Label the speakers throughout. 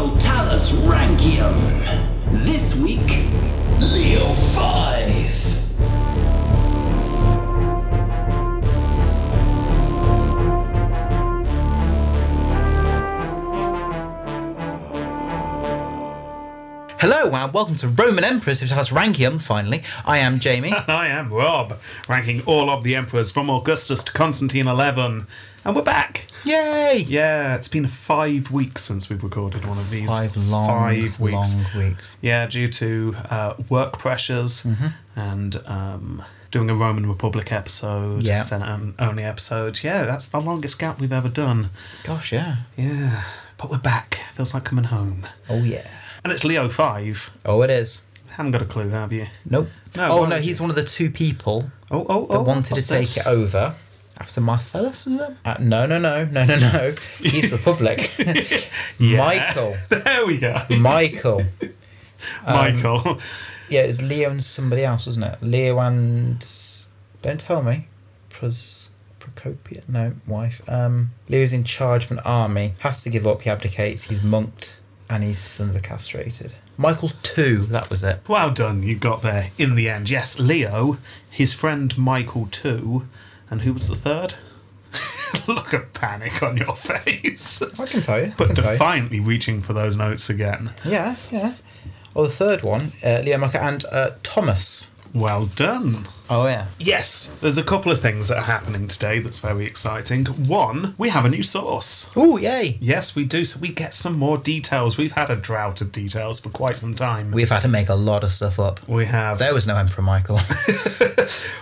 Speaker 1: Let's rank him. This week, Leo 5.
Speaker 2: Hello and welcome to Roman Emperors who tell us Rankium, finally. I am Jamie.
Speaker 3: I am Rob, ranking all of the emperors from Augustus to Constantine 11, and we're back.
Speaker 2: Yay!
Speaker 3: Yeah, it's been five weeks since we've recorded one of these.
Speaker 2: Five long,
Speaker 3: Five weeks.
Speaker 2: long weeks.
Speaker 3: Yeah, due to uh, work pressures
Speaker 2: Mm-hmm.
Speaker 3: and um, doing a Roman Republic episode,
Speaker 2: Yeah.
Speaker 3: Senate um, only episode. Yeah, that's the longest gap we've ever done.
Speaker 2: Gosh, yeah.
Speaker 3: Yeah, but we're back. Feels like coming home.
Speaker 2: Oh, yeah.
Speaker 3: And it's Leo 5.
Speaker 2: Oh, it is.
Speaker 3: Haven't got a clue, have you?
Speaker 2: Nope.
Speaker 3: No,
Speaker 2: oh,
Speaker 3: why
Speaker 2: no,
Speaker 3: would
Speaker 2: he's one of the two people
Speaker 3: Oh, oh,
Speaker 2: that
Speaker 3: oh.
Speaker 2: wanted to
Speaker 3: what's
Speaker 2: take
Speaker 3: this?
Speaker 2: it over after Marcellus, was it? Uh, no, no, no, no, no, no. He's Republic.
Speaker 3: Yeah.
Speaker 2: Michael.
Speaker 3: there we go.
Speaker 2: Michael.
Speaker 3: Michael.
Speaker 2: Yeah, it was Leo and somebody else, wasn't it? Leo and. Don't tell me. Pros. Procopia? No, wife. Um, Leo's in charge of an army. Has to give up. He abdicates. He's monked. And his sons are castrated. Michael 2, that was it.
Speaker 3: Well done, you got there in the end. Yes, Leo, his friend Michael too, and who was the third? Look at panic on your face.
Speaker 2: I can tell you. I
Speaker 3: But
Speaker 2: can tell you.
Speaker 3: defiantly reaching for those notes again.
Speaker 2: Yeah, yeah. Well, the third one, uh, Leo Michael and uh, Thomas.
Speaker 3: Well done.
Speaker 2: Oh, yeah.
Speaker 3: Yes, there's a couple of things that are happening today that's very exciting. One, we have a new source.
Speaker 2: Oh, yay.
Speaker 3: Yes, we do. So we get some more details. We've had a drought of details for quite some time.
Speaker 2: We've had to make a lot of stuff up.
Speaker 3: we have
Speaker 2: There was no Emperor Michael.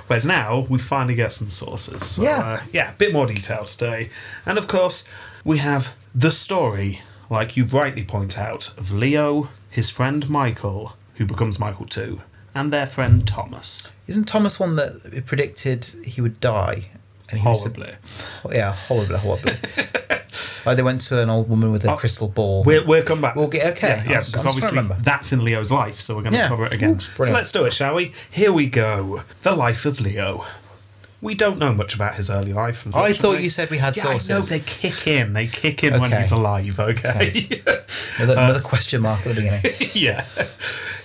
Speaker 3: Whereas now we finally get some sources. So,
Speaker 2: Yeah.
Speaker 3: uh, yeah, a bit more detail today. And of course, we have the story, like you rightly point out, of Leo, his friend Michael, who becomes Michael too, and their friend Thomas.
Speaker 2: Isn't Thomas one that predicted he would die? And he was-
Speaker 3: Horribly.
Speaker 2: Yeah, horrible, horrible. like they went to an old woman with a crystal ball.
Speaker 3: Oh, We'll, we'll come back.
Speaker 2: We'll get- okay.
Speaker 3: Yeah,
Speaker 2: I'm- I'm
Speaker 3: yeah because
Speaker 2: just trying to
Speaker 3: obviously
Speaker 2: remember.
Speaker 3: that's in Leo's life, so we're going to
Speaker 2: Yeah.
Speaker 3: cover it again.
Speaker 2: Ooh,
Speaker 3: so
Speaker 2: brilliant.
Speaker 3: let's do it, shall we? Here we go. The life of Leo. We don't know much about his early life.
Speaker 2: I thought
Speaker 3: unfortunately.
Speaker 2: you said we had
Speaker 3: Yeah, I know
Speaker 2: sources.
Speaker 3: they kick in. They kick in when
Speaker 2: Okay.
Speaker 3: he's alive. Okay.
Speaker 2: Another,
Speaker 3: uh,
Speaker 2: another question mark at the beginning.
Speaker 3: yeah.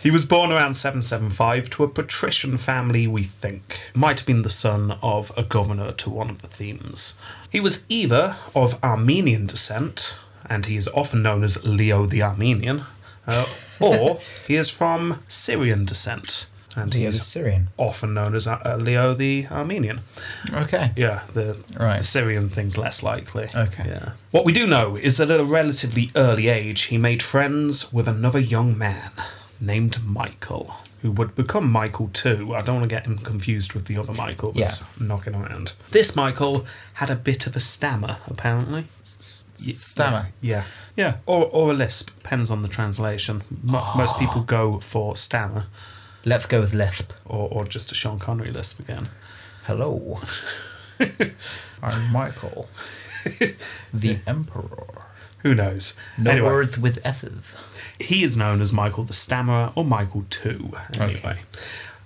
Speaker 3: He was born around 775 to a patrician family. We think might have been the son of a governor to one of the Themes. He was either of Armenian descent, and he is often known as Leo the Armenian, uh, or he is from Syrian descent, and he
Speaker 2: He was
Speaker 3: is
Speaker 2: Syrian.
Speaker 3: often known as uh, Leo the Armenian.
Speaker 2: Okay.
Speaker 3: Yeah, the,
Speaker 2: Right.
Speaker 3: the Syrian thing's less likely.
Speaker 2: Okay.
Speaker 3: Yeah. What we do know is that at a relatively early age, he made friends with another young man named Michael, who would become Michael too. I don't want to get him confused with the other Michael that's knocking around. This Michael had a bit of a stammer, apparently.
Speaker 2: S- Stammer.
Speaker 3: Yeah. Yeah. Or, or a lisp, depends on the translation. Mo
Speaker 2: Ah.
Speaker 3: Most people go for stammer
Speaker 2: Let's go with lisp.
Speaker 3: or, or just a Sean Connery lisp again.
Speaker 2: Hello. I'm Michael, the Emperor.
Speaker 3: Who knows?
Speaker 2: No
Speaker 3: Anyway.
Speaker 2: words with s's.
Speaker 3: he is known as Michael the Stammerer or Michael Two, anyway.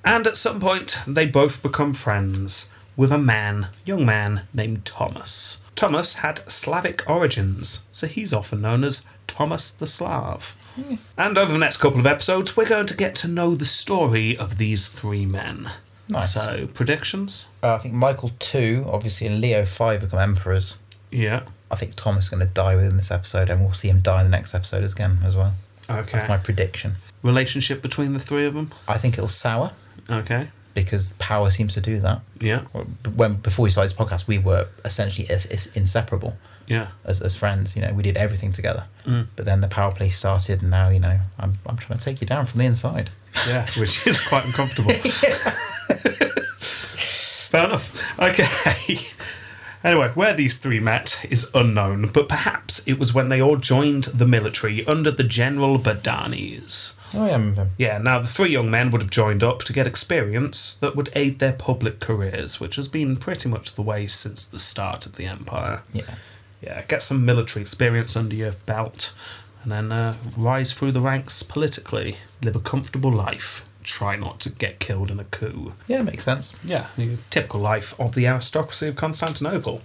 Speaker 3: And at some point, they both become friends with a man, young man named Thomas. Thomas had Slavic origins, so he's often known as Thomas the Slav.
Speaker 2: Hmm.
Speaker 3: And over the next couple of episodes, we're going to get to know the story of these three men.
Speaker 2: Nice.
Speaker 3: So predictions?
Speaker 2: Uh, I think Michael two, obviously, and Leo five become emperors.
Speaker 3: Yeah.
Speaker 2: I think Thomas is going to die within this episode, and we'll see him die in the next episode again as well.
Speaker 3: Okay.
Speaker 2: That's my prediction.
Speaker 3: Relationship between the three of them?
Speaker 2: I think it'll sour
Speaker 3: Okay.
Speaker 2: because power seems to do that.
Speaker 3: Yeah.
Speaker 2: when before we started this podcast, we were essentially as, as inseparable
Speaker 3: Yeah.
Speaker 2: as, as friends. You know, we did everything together. But then the power play started, and now you know, I'm I'm trying to take you down from the inside.
Speaker 3: Yeah, which is quite uncomfortable. Fair enough. Okay. Anyway, where these three met is unknown, but perhaps it was when they all joined the military under the General Badanis.
Speaker 2: I am. um,
Speaker 3: Yeah, now the three young men would have joined up to get experience that would aid their public careers, which has been pretty much the way since the start of the Empire.
Speaker 2: Yeah.
Speaker 3: Yeah, get some military experience under your belt and then uh, rise through the ranks politically. Live a comfortable life. Try not to get killed in a coup.
Speaker 2: Yeah, makes sense.
Speaker 3: Yeah, the typical life of the aristocracy of Constantinople.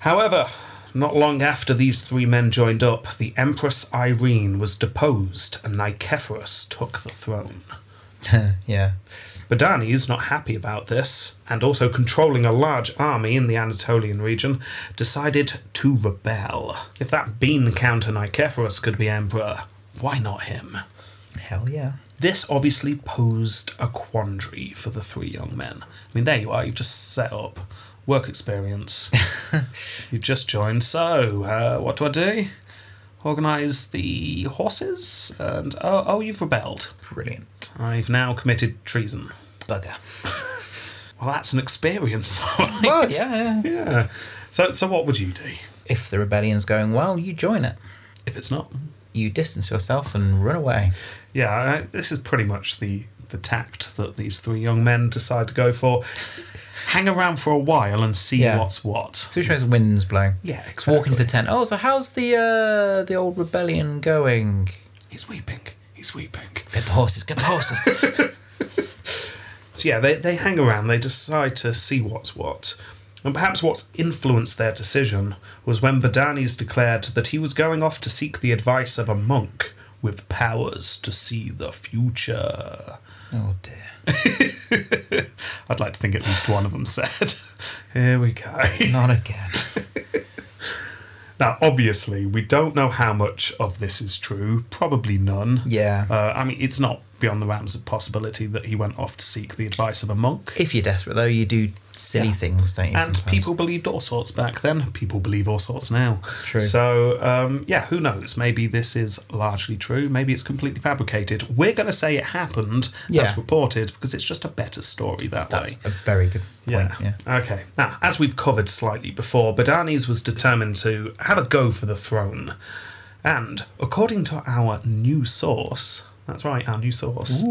Speaker 3: However, Not long after these three men joined up, the Empress Irene was deposed and Nikephorus took the throne.
Speaker 2: yeah.
Speaker 3: Badani is not happy about this, and also controlling a large army in the Anatolian region, decided to rebel. If that bean counter Nikephorus could be emperor, why not him?
Speaker 2: Hell yeah.
Speaker 3: This obviously posed a quandary for the three young men. I mean, there you are, you've just set up work experience. you've just joined, so uh, what do I do? Organise the horses? And oh, oh, you've rebelled.
Speaker 2: Brilliant.
Speaker 3: I've now committed treason.
Speaker 2: Bugger.
Speaker 3: Well, that's an experience. alright.
Speaker 2: Well, yeah, yeah.
Speaker 3: Yeah. So, so what would you do
Speaker 2: If the rebellion's going well, you join it.
Speaker 3: if it's not?
Speaker 2: You distance yourself and run away.
Speaker 3: Yeah, I, this is pretty much the the tact that these three young men decide to go for. Hang around for a while and see
Speaker 2: Yeah.
Speaker 3: what's what.
Speaker 2: So which way the wind's blowing?
Speaker 3: Yeah,
Speaker 2: Just walk into
Speaker 3: exactly.
Speaker 2: the tent. Oh, so how's the uh, the old rebellion going?
Speaker 3: He's weeping. He's weeping.
Speaker 2: Get the horses. Get the horses.
Speaker 3: So yeah, they they hang around. They decide to see what's what. And perhaps what's influenced their decision was when Vadanis declared that he was going off to seek the advice of a monk with powers to see the future.
Speaker 2: oh dear.
Speaker 3: I'd like to think at least one of them said, Here we go.
Speaker 2: Not again.
Speaker 3: Now, obviously, we don't know how much of this is true. Probably none.
Speaker 2: Yeah.
Speaker 3: Uh, I mean, it's not beyond the realms of possibility that he went off to seek the advice of a monk.
Speaker 2: If you're desperate though, you do silly things, don't you?
Speaker 3: And
Speaker 2: sometimes?
Speaker 3: people believed all sorts back then. People believe all sorts now. That's
Speaker 2: true.
Speaker 3: So, um, yeah, who knows? Maybe this is largely true. Maybe it's completely fabricated. We're going to say it happened
Speaker 2: Yeah.
Speaker 3: as reported because it's just a better story that way.
Speaker 2: That's a very good point. Yeah.
Speaker 3: Okay. Now, as we've covered slightly before, Badanis was determined to have a go for the throne. And according to our new source, that's right, our new source,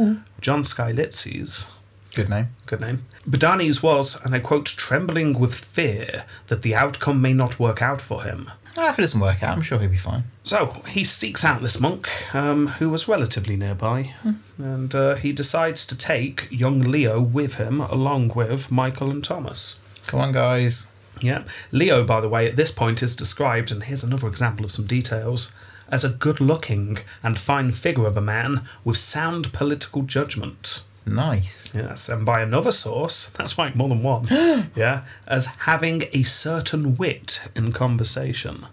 Speaker 3: John Skylitzes,
Speaker 2: Good name.
Speaker 3: good name, Badanis was, and I quote, trembling with fear that the outcome may not work out for him.
Speaker 2: Ah, if it doesn't work out, I'm sure he'll be fine.
Speaker 3: So he seeks out this monk, um, who was relatively nearby, and uh, he decides to take young Leo with him, along with Michael and Thomas.
Speaker 2: Come on, guys.
Speaker 3: Yeah. Leo, by the way, at this point is described, and here's another example of some details, as a good looking and fine figure of a man with sound political judgment.
Speaker 2: Nice.
Speaker 3: Yes, and by another source, that's right, more than one, yeah, as having a certain wit in conversation.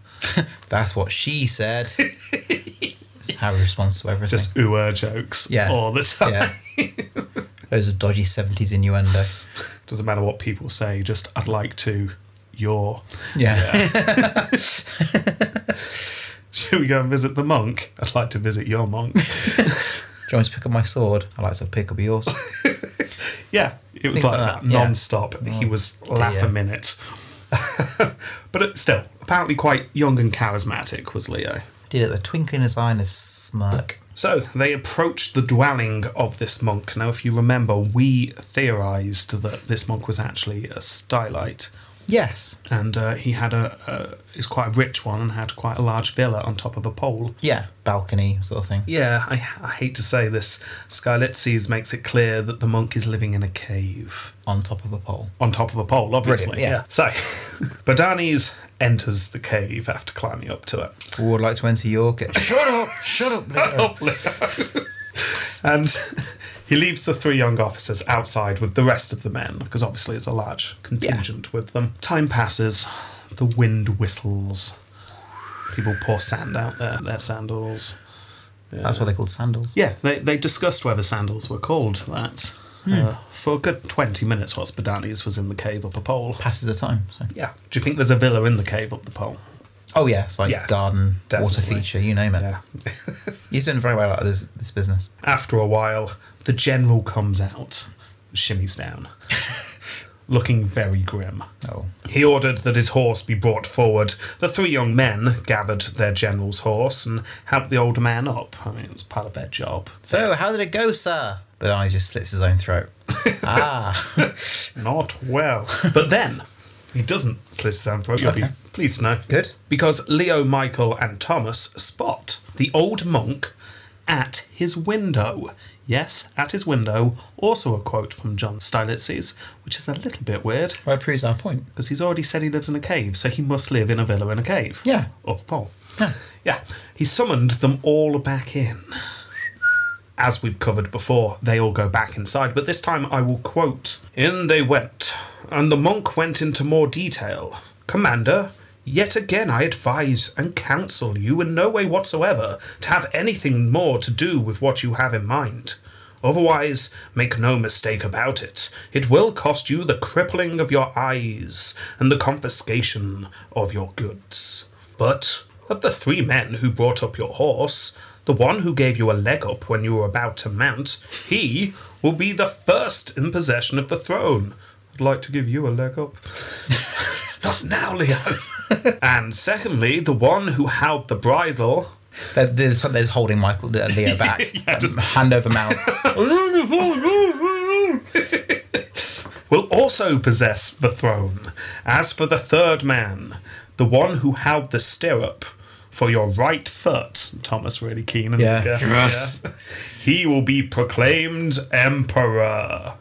Speaker 2: That's what she said. That's how he responds to everything.
Speaker 3: Just ooh jokes
Speaker 2: Yeah.
Speaker 3: all the time.
Speaker 2: yeah. Those are dodgy 70s innuendo.
Speaker 3: Doesn't matter what people say, just I'd like to, your.
Speaker 2: Yeah.
Speaker 3: Should we go and visit the monk? I'd like to visit your monk.
Speaker 2: Do you want me to pick up my sword? I like to pick up yours.
Speaker 3: Yeah, it was
Speaker 2: Things like
Speaker 3: like that,
Speaker 2: that, yeah. Oh,
Speaker 3: non-stop. he was laugh
Speaker 2: dear.
Speaker 3: a minute. but it- still, apparently quite young and charismatic was Leo.
Speaker 2: Did it with a twinkle in his eye and a smirk.
Speaker 3: So they approached the dwelling of this monk. Now, if you remember, we theorized that this monk was actually a stylite,
Speaker 2: Yes.
Speaker 3: and uh, he had a, a is quite a rich one and had quite a large villa on top of a pole.
Speaker 2: Yeah. Balcony sort of thing.
Speaker 3: Yeah, I, I hate to say this, Skylitzes makes it clear that the monk is living in a cave.
Speaker 2: On top of a pole.
Speaker 3: on top of a pole, obviously.
Speaker 2: Brilliant, yeah.
Speaker 3: So, Badanis enters the cave after climbing up to it.
Speaker 2: Who would like to enter Oh, York? Shut up! Shut up! Leo.
Speaker 3: and he leaves the three young officers outside with the rest of the men, because obviously it's a large contingent with them. Time passes, the wind whistles. People pour sand out their, their sandals.
Speaker 2: That's what they're called sandals.
Speaker 3: Yeah, they, they discussed whether sandals were called that.
Speaker 2: Hmm.
Speaker 3: Uh, for a good 20 minutes, whilst Badanis was in the cave up a pole.
Speaker 2: Passes the time. So.
Speaker 3: Yeah. Do you think there's a villa in the cave up the pole?
Speaker 2: Oh, yeah. It's like
Speaker 3: Yeah,
Speaker 2: garden, water
Speaker 3: definitely.
Speaker 2: feature, you name it. He's doing very well out of this, this business.
Speaker 3: After a while, the general comes out, shimmies down, looking very grim.
Speaker 2: Oh.
Speaker 3: He ordered that his horse be brought forward. The three young men gathered their general's horse and helped the older man up. I mean, it was part of their job.
Speaker 2: So, how did it go, sir? But I just slits his own throat. ah.
Speaker 3: Not well. but then, he doesn't slit his own throat. You'll be
Speaker 2: Okay.
Speaker 3: pleased to know.
Speaker 2: Good.
Speaker 3: Because Leo, Michael, and Thomas spot the old monk at his window. Yes, at his window. Also a quote from John Stylitzes, which is a little bit weird
Speaker 2: Well, it proves our point.
Speaker 3: because he's already said he lives in a cave, so he must live in a villa in a cave.
Speaker 2: Yeah.
Speaker 3: Up pole.
Speaker 2: Yeah.
Speaker 3: Yeah, he summoned them all back in. As we've covered before, they all go back inside, but this time I will quote In they went, and the monk went into more detail. Commander, yet again I advise and counsel you in no way whatsoever to have anything more to do with what you have in mind. Otherwise, make no mistake about it, it will cost you the crippling of your eyes and the confiscation of your goods. But of the three men who brought up your horse, the one who gave you a leg up when you were about to mount, he will be the first in possession of the throne. I'd like to give you a leg up. Not now, Leo. and secondly, the one who held the bridle.
Speaker 2: They're, they're, so they're just holding Michael uh, Leo back, um, hand over mouth.
Speaker 3: will also possess the throne. As for the third man, the one who held the stirrup for your right foot, Thomas really keen. isn't he?
Speaker 2: Yeah.
Speaker 4: Yes.
Speaker 3: yeah. He will be proclaimed emperor.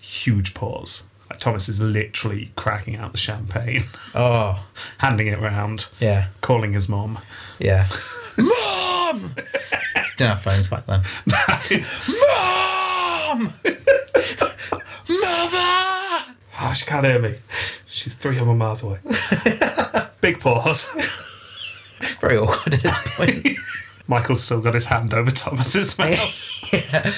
Speaker 3: Huge pause. Like, Thomas is literally cracking out the champagne,
Speaker 2: Oh,
Speaker 3: handing it round,
Speaker 2: yeah,
Speaker 3: calling his mom.
Speaker 2: yeah. Mom! Didn't have phones back then. Mom! Mother!
Speaker 3: Oh, she can't hear me. She's 300 miles away. Big pause.
Speaker 2: Very awkward at this point.
Speaker 3: Michael's still got his hand over Thomas's mouth.
Speaker 2: yeah.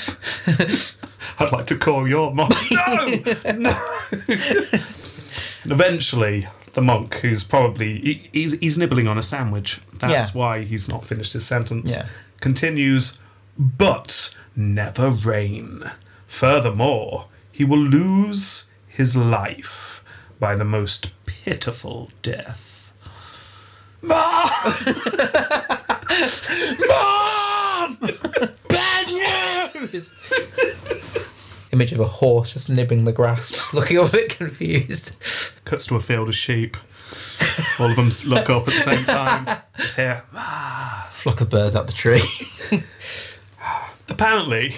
Speaker 3: I'd like to call your mom. No! no! and eventually, the monk, who's probably. He, he's, he's nibbling on a sandwich. That's
Speaker 2: Yeah.
Speaker 3: why he's not finished his sentence.
Speaker 2: Yeah.
Speaker 3: Continues, but never reign. Furthermore, he will lose his life by the most pitiful death. Ah! Mom!
Speaker 2: Mom! Bad news! Image of a horse just nibbling the grass, just looking a bit confused.
Speaker 3: cuts to a field of sheep. All of them s- look up at the same time. It's here.
Speaker 2: Flock of birds up the tree.
Speaker 3: Apparently,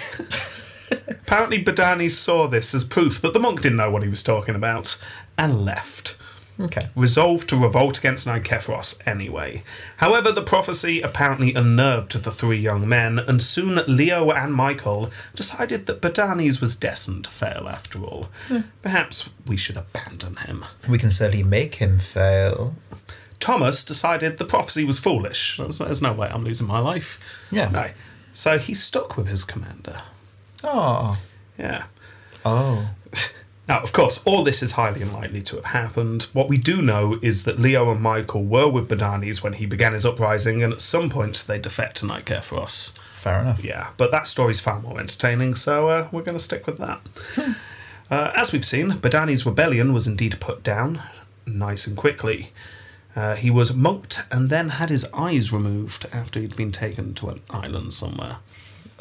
Speaker 3: apparently Badani saw this as proof that the monk didn't know what he was talking about and left,
Speaker 2: okay.
Speaker 3: resolved to revolt against Nikephros anyway. However, the prophecy apparently unnerved the three young men, and soon Leo and Michael decided that Badani's was destined to fail after all. Perhaps we should abandon him.
Speaker 2: We can certainly make him fail.
Speaker 3: Thomas decided the prophecy was foolish. There's, there's no way I'm losing my life.
Speaker 2: Yeah.
Speaker 3: No. So he stuck with his commander.
Speaker 2: Oh.
Speaker 3: Yeah.
Speaker 2: Oh.
Speaker 3: Now, of course, all this is highly unlikely to have happened. What we do know is that Leo and Michael were with Badanis when he began his uprising, and at some point they defect to Nikephros.
Speaker 2: Fair enough.
Speaker 3: Yeah, but that story's far more entertaining, so uh, we're going to stick with that. uh, as we've seen, Badani's rebellion was indeed put down, nice and quickly. Uh, he was monked and then had his eyes removed after he'd been taken to an island somewhere.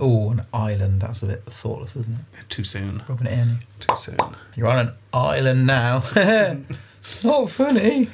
Speaker 2: Oh, an island. That's a bit thoughtless, isn't it?
Speaker 3: Too soon.
Speaker 2: Rubbing it in.
Speaker 3: Too soon.
Speaker 2: You're on an island now. Not funny.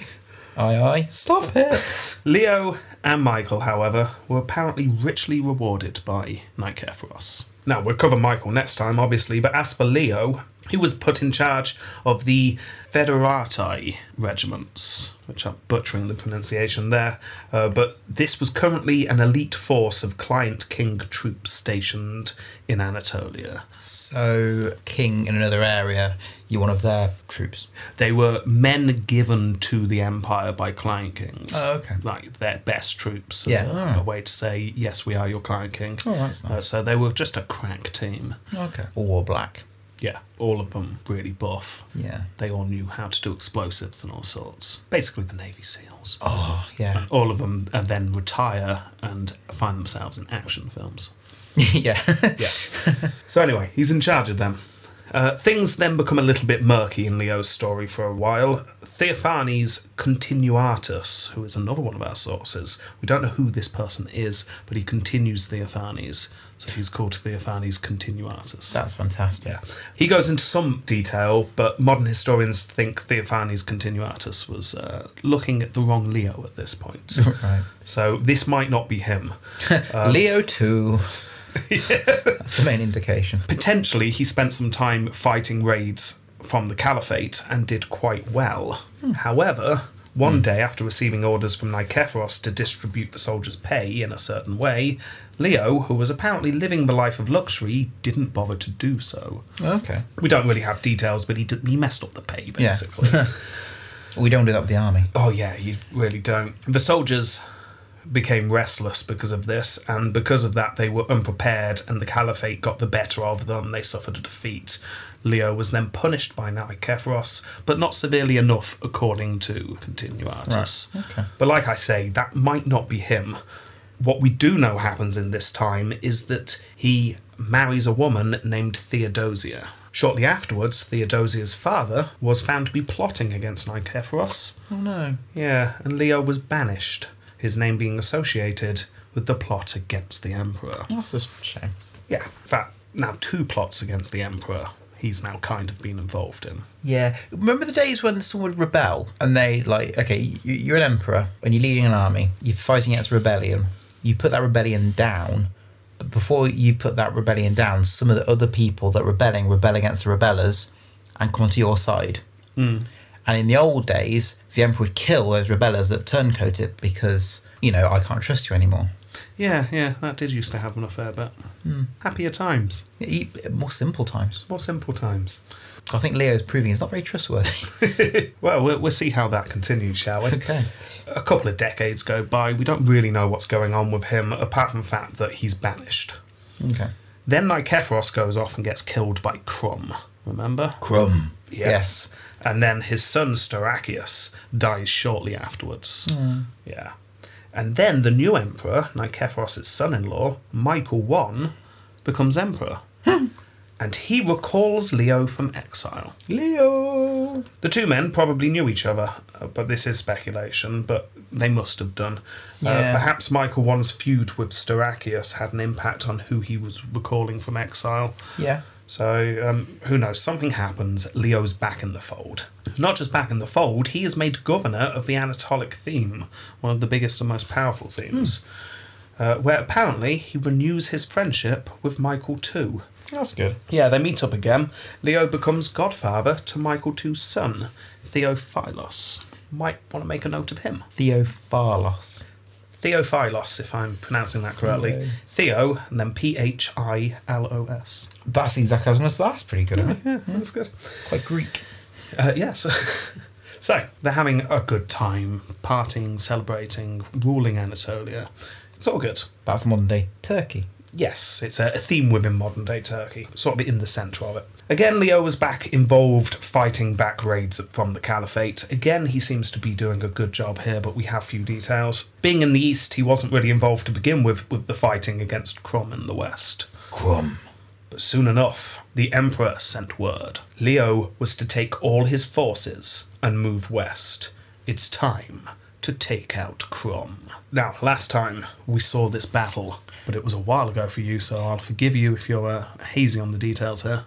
Speaker 2: Aye, aye. Stop it.
Speaker 3: Leo and Michael, however, were apparently richly rewarded by Nikephros. Now, we'll cover Michael next time, obviously, but as for Leo, he was put in charge of the Federati regiments, which I'm butchering the pronunciation there, uh, but this was currently an elite force of client king troops stationed in Anatolia.
Speaker 2: So, king in another area, you're one of their troops.
Speaker 3: They were men given to the empire by client kings.
Speaker 2: Oh, okay.
Speaker 3: Like their best troops, as
Speaker 2: Yeah.
Speaker 3: a,
Speaker 2: Ah.
Speaker 3: a way to say, yes, we are your client king.
Speaker 2: Oh, that's nice.
Speaker 3: Uh, so they were just a crack team.
Speaker 2: Okay. All wore black.
Speaker 3: Yeah, all of them really buff.
Speaker 2: Yeah.
Speaker 3: They all knew how to do explosives and all sorts. Basically, the Navy SEALs.
Speaker 2: Oh, yeah.
Speaker 3: All of them uh, then retire and find themselves in action films.
Speaker 2: yeah.
Speaker 3: Yeah. so anyway, he's in charge of them. Uh, things then become a little bit murky in Leo's story for a while. Theophanes Continuatus, who is another one of our sources, we don't know who this person is, but he continues Theophanes, so he's called Theophanes Continuatus.
Speaker 2: That's fantastic.
Speaker 3: He goes into some detail, but modern historians think Theophanes Continuatus was uh, looking at the wrong Leo at this point.
Speaker 2: Right.
Speaker 3: so this might not be him.
Speaker 2: Leo 2. That's the main indication.
Speaker 3: Potentially, he spent some time fighting raids from the Caliphate and did quite well. However, one day after receiving orders from Nikephoros to distribute the soldiers' pay in a certain way, Leo, who was apparently living the life of luxury, didn't bother to do so.
Speaker 2: Okay.
Speaker 3: We don't really have details, but he did, he messed up the pay
Speaker 2: Yeah.
Speaker 3: basically.
Speaker 2: We don't do that with the army.
Speaker 3: oh yeah, you really don't. The soldiers became restless because of this, and because of that, they were unprepared, and the Caliphate got the better of them. They suffered a defeat. Leo was then punished by Nikephoros, but not severely enough, according to Continuatus.
Speaker 2: Okay.
Speaker 3: But like I say, that might not be him. What we do know happens in this time is that he marries a woman named Theodosia. Shortly afterwards, Theodosia's father was found to be plotting against Nikephoros.
Speaker 2: Oh no.
Speaker 3: Yeah, and Leo was banished, his name being associated with the plot against the Emperor.
Speaker 2: That's a shame.
Speaker 3: Yeah, in fact, now two plots against the Emperor he's now kind of been involved in.
Speaker 2: Yeah. Remember the days when someone would rebel and they, like, okay, you, you're an emperor and you're leading an army, you're fighting against rebellion, you put that rebellion down. But before you put that rebellion down, some of the other people that are rebelling rebel against the rebellers and come onto your side. And in the old days, the emperor would kill those rebellers that turncoated because, you know, I can't trust you anymore.
Speaker 3: Yeah, yeah, that did used to happen a fair bit. Happier times,
Speaker 2: E- More simple times.
Speaker 3: more simple times.
Speaker 2: I think Leo's proving he's not very trustworthy.
Speaker 3: Well, we'll, we'll see how that continues, shall we?
Speaker 2: okay.
Speaker 3: A couple of decades go by, we don't really know what's going on with him, apart from the fact that he's banished.
Speaker 2: Okay.
Speaker 3: Then Nikephoros goes off and gets killed by Crum, remember?
Speaker 2: Crumb.
Speaker 3: Yes. And then his son Storacius dies shortly afterwards. Yeah. And then the new emperor, Nikephoros' son in law, Michael I, becomes emperor. and he recalls Leo from exile.
Speaker 2: Leo.
Speaker 3: The two men probably knew each other, uh, but this is speculation, but they must have done.
Speaker 2: Yeah.
Speaker 3: Uh, perhaps Michael I's feud with Storacius had an impact on who he was recalling from exile.
Speaker 2: Yeah.
Speaker 3: So, um, who knows? Something happens. Leo's back in the fold. Not just back in the fold, he is made governor of the Anatolic theme, one of the biggest and most powerful themes, uh, where apparently he renews his friendship with Michael II.
Speaker 2: That's good.
Speaker 3: Yeah, they meet up again. Leo becomes godfather to Michael II's son, Theophilos. Might want to make a note of him.
Speaker 2: Theophalos.
Speaker 3: Theophilos, if I'm pronouncing that correctly.
Speaker 2: Okay.
Speaker 3: Theo, and then P H I L O S.
Speaker 2: That's exactly what I was going to That's pretty good, isn't it?
Speaker 3: Yeah, that's good.
Speaker 2: Quite Greek.
Speaker 3: Uh, yes. so they're having a good time, partying, celebrating, ruling Anatolia. It's all good.
Speaker 2: That's modern day Turkey.
Speaker 3: Yes, it's a, a theme within modern day Turkey, sort of in the centre of it. Again, Leo was back involved fighting back raids from the Caliphate. Again, he seems to be doing a good job here, but we have few details. Being in the east, he wasn't really involved to begin with, with the fighting against Crom in the west.
Speaker 2: Crum.
Speaker 3: But soon enough, the Emperor sent word. Leo was to take all his forces and move west. It's time to take out Crom. Now, last time we saw this battle, but it was a while ago for you, so I'll forgive you if you're uh, hazy on the details here.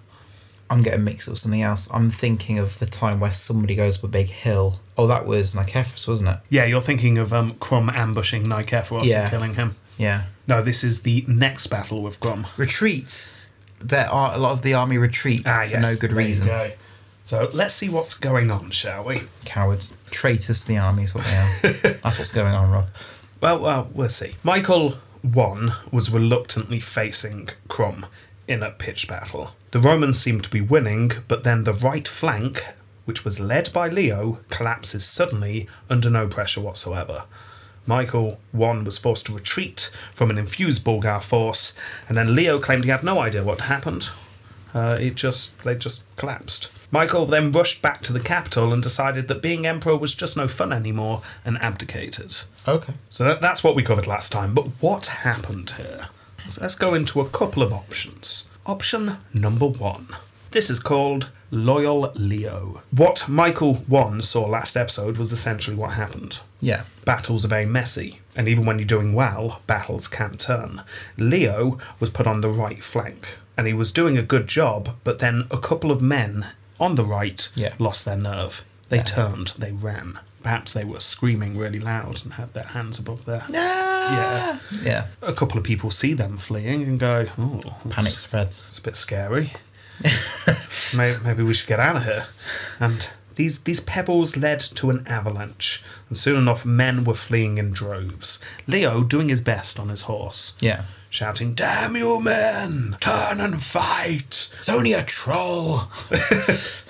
Speaker 2: I'm getting mixed up with something else. I'm thinking of the time where somebody goes up a big hill. Oh, that was Nikephorus, wasn't it?
Speaker 3: Yeah, you're thinking of um, Crom ambushing Nikephoros
Speaker 2: Yeah.
Speaker 3: and killing him.
Speaker 2: Yeah.
Speaker 3: No, this is the next battle with Crom.
Speaker 2: Retreat. There are a lot of the army retreat
Speaker 3: Ah,
Speaker 2: for
Speaker 3: yes.
Speaker 2: no good
Speaker 3: there you
Speaker 2: reason.
Speaker 3: go. So let's see what's going on, shall we?
Speaker 2: Cowards. Traitors to the army is what they are. That's what's going on, Rob.
Speaker 3: Well, well, we'll see. Michael I was reluctantly facing Crom in a pitched battle. The Romans seemed to be winning, but then the right flank, which was led by Leo, collapses suddenly under no pressure whatsoever. Michael I was forced to retreat from an infused Bulgar force, and then Leo claimed he had no idea what happened. Uh, it just they just collapsed. Michael then rushed back to the capital and decided that being emperor was just no fun anymore and abdicated.
Speaker 2: Okay.
Speaker 3: So that, that's what we covered last time. But what happened here? So let's go into a couple of options. Option number one This is called Loyal Leo. What Michael 1 saw last episode was essentially what happened.
Speaker 2: Yeah.
Speaker 3: Battles are very messy, and even when you're doing well, battles can turn. Leo was put on the right flank, and he was doing a good job, but then a couple of men on the right
Speaker 2: Yeah.
Speaker 3: lost their nerve. They turned, they ran. Perhaps they were screaming really loud and had their hands above their.
Speaker 2: Yeah. Yeah.
Speaker 3: A couple of people see them fleeing and go, oh,
Speaker 2: Panic spreads.
Speaker 3: it's a bit scary. maybe, maybe we should get out of here. And these these pebbles led to an avalanche, and soon enough men were fleeing in droves. Leo doing his best on his horse,
Speaker 2: Yeah.
Speaker 3: shouting, "Damn you men! Turn and fight!"
Speaker 2: It's only a troll.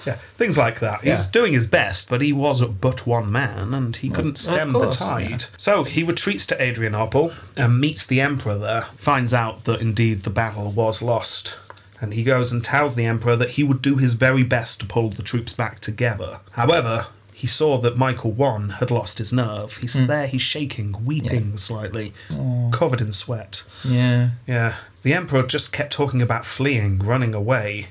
Speaker 3: Yeah, things like that. He was
Speaker 2: Yeah.
Speaker 3: doing his best, but he was but one man, and he couldn't stem
Speaker 2: course,
Speaker 3: the
Speaker 2: yeah.
Speaker 3: tide. So he retreats to Adrianople and meets the emperor there. Finds out that indeed the battle was lost. And he goes and tells the emperor that he would do his very best to pull the troops back together. However, he saw that Michael One had lost his nerve. He's
Speaker 2: Hmm.
Speaker 3: there, he's shaking, weeping slightly,
Speaker 2: Oh.
Speaker 3: covered in sweat.
Speaker 2: Yeah.
Speaker 3: Yeah, the Emperor just kept talking about fleeing, running away,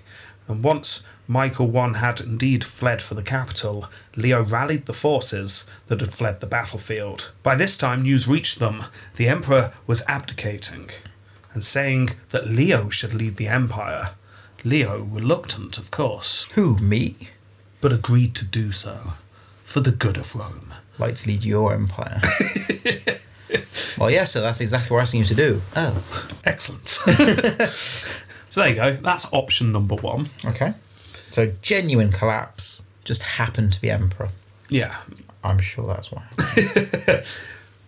Speaker 3: and once Michael I had indeed fled for the capital, Leo rallied the forces that had fled the battlefield. By this time, news reached them the Emperor was abdicating and saying that Leo should lead the Empire. Leo, reluctant, of course,
Speaker 2: Who, me?
Speaker 3: but agreed to do so for the good of Rome.
Speaker 2: Like to lead your empire. well, yeah, so that's exactly what I asking you to do. Oh.
Speaker 3: Excellent. so there you go, that's option number one.
Speaker 2: Okay. So genuine collapse just happened to be emperor.
Speaker 3: Yeah,
Speaker 2: I'm sure that's why.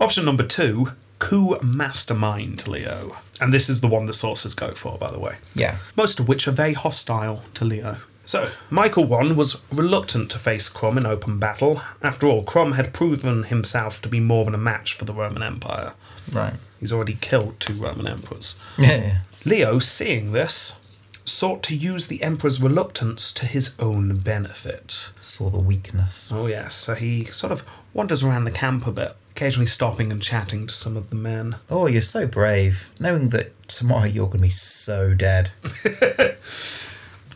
Speaker 3: Option number two, coup mastermind Leo. And this is the one the sources go for, by the way.
Speaker 2: Yeah.
Speaker 3: Most of which are very hostile to Leo. So, Michael I was reluctant to face Crom in open battle. After all, Crom had proven himself to be more than a match for the Roman Empire.
Speaker 2: Right.
Speaker 3: He's already killed two Roman emperors.
Speaker 2: Yeah.
Speaker 3: Leo, seeing this, sought to use the emperor's reluctance to his own benefit.
Speaker 2: Saw the weakness.
Speaker 3: Oh, yes, so he sort of wanders around the camp a bit, occasionally stopping and chatting to some of the men.
Speaker 2: Oh, you're so brave. Knowing that tomorrow you're going to be so dead.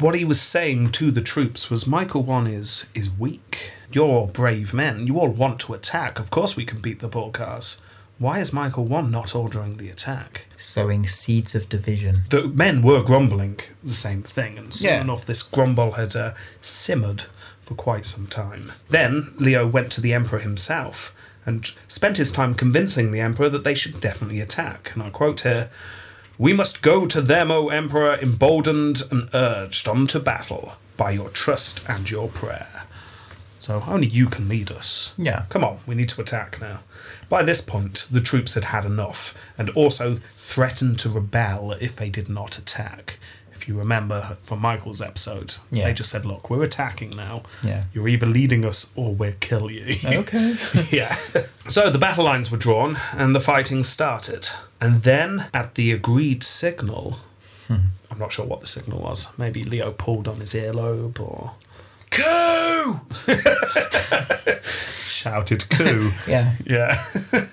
Speaker 3: what he was saying to the troops was Michael one is is weak. You're brave men. You all want to attack. Of course we can beat the Bulgars. Why is Michael one not ordering the attack?
Speaker 2: Sowing seeds of division.
Speaker 3: The men were grumbling the same thing, and soon
Speaker 2: Yeah.
Speaker 3: enough this grumble had uh, simmered for quite some time. Then Leo went to the emperor himself and spent his time convincing the emperor that they should definitely attack. And I quote here. We must go to them, O Emperor, emboldened and urged on to battle by your trust and your prayer. So only you can lead us.
Speaker 2: Yeah.
Speaker 3: Come on, we need to attack now. By this point, the troops had had enough and also threatened to rebel if they did not attack. If you remember from Michael's episode,
Speaker 2: Yeah.
Speaker 3: they just said, Look, we're attacking now.
Speaker 2: Yeah.
Speaker 3: You're either leading us or we'll kill you.
Speaker 2: Okay.
Speaker 3: yeah. So the battle lines were drawn and the fighting started. And then, at the agreed signal, I'm not sure what the signal was. Maybe Leo pulled on his earlobe or
Speaker 2: Coup!
Speaker 3: shouted coup.
Speaker 2: Yeah.
Speaker 3: Yeah.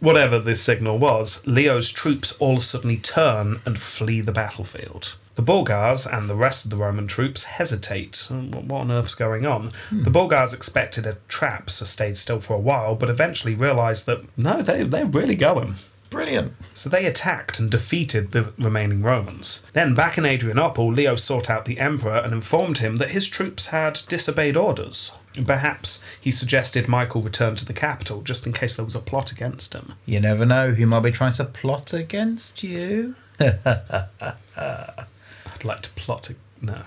Speaker 3: Whatever this signal was, Leo's troops all suddenly turn and flee the battlefield. The Bulgars and the rest of the Roman troops hesitate. What what on earth's going on? The Bulgars expected a trap, so stayed still for a while, but eventually realised that no, they, they're really going.
Speaker 2: Brilliant.
Speaker 3: So they attacked and defeated the remaining Romans. Then, back in Adrianople, Leo sought out the emperor and informed him that his troops had disobeyed orders. Perhaps he suggested Michael return to the capital just in case there was a plot against him.
Speaker 2: You never know who might be trying to plot against you.
Speaker 3: I'd like to plot. A- no.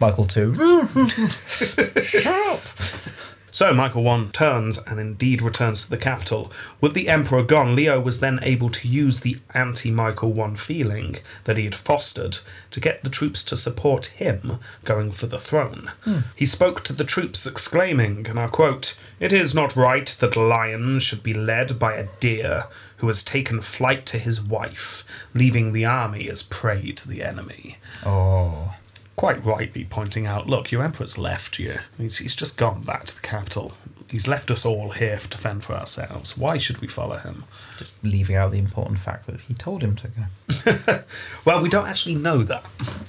Speaker 2: Michael too.
Speaker 3: So Michael I turns and indeed returns to the capital. With the emperor gone, Leo was then able to use the anti-Michael I feeling that he had fostered to get the troops to support him going for the throne. He spoke to the troops, exclaiming, and I quote: "It is not right that lions should be led by a deer who has taken flight to his wife, leaving the army as prey to the enemy."
Speaker 2: oh.
Speaker 3: quite rightly pointing out, look, your emperor's left you. He's, he's just gone back to the capital. He's left us all here to fend for ourselves. Why should we follow him?
Speaker 2: Just leaving out the important fact that he told him to go.
Speaker 3: Well, we don't actually know that.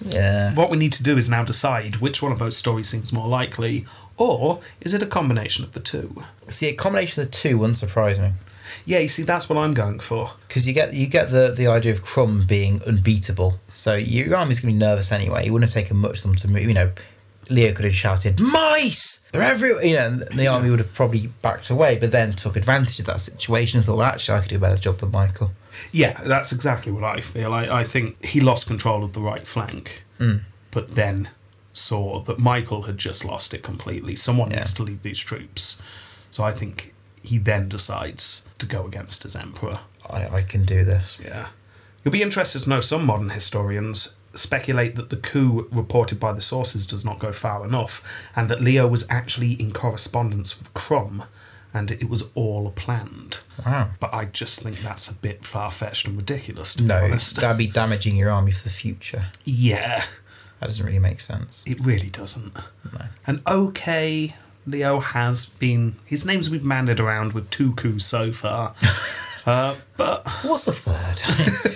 Speaker 2: Yeah.
Speaker 3: What we need to do is now decide which one of those stories seems more likely, or is it a combination of the two?
Speaker 2: See, a combination of the two wouldn't surprise me.
Speaker 3: Yeah, you see, that's what I'm going for.
Speaker 2: Because you get you get the, the idea of Crumb being unbeatable, so your army's gonna be nervous anyway. It wouldn't have taken much for them to move. You know, Leo could have shouted "Mice! They're everywhere!" You know, and the army would have probably backed away, but then took advantage of that situation and thought, "Well, actually, I could do a better job than Michael."
Speaker 3: Yeah, that's exactly what I feel. I, I think he lost control of the right flank, but then saw that Michael had just lost it completely. Someone
Speaker 2: Yeah.
Speaker 3: needs to lead these troops. So I think he then decides to go against his emperor.
Speaker 2: I, I can do this.
Speaker 3: Yeah. You'll be interested to know some modern historians speculate that the coup reported by the sources does not go far enough and that Leo was actually in correspondence with Crom and it was all planned.
Speaker 2: Wow.
Speaker 3: But I just think that's a bit far fetched and ridiculous, to
Speaker 2: No,
Speaker 3: be honest.
Speaker 2: that'd be damaging your army for the future.
Speaker 3: Yeah,
Speaker 2: That doesn't really make sense.
Speaker 3: it really doesn't. And okay, Leo has been. His name's been banded around with two coups so far. uh, but
Speaker 2: What's the third?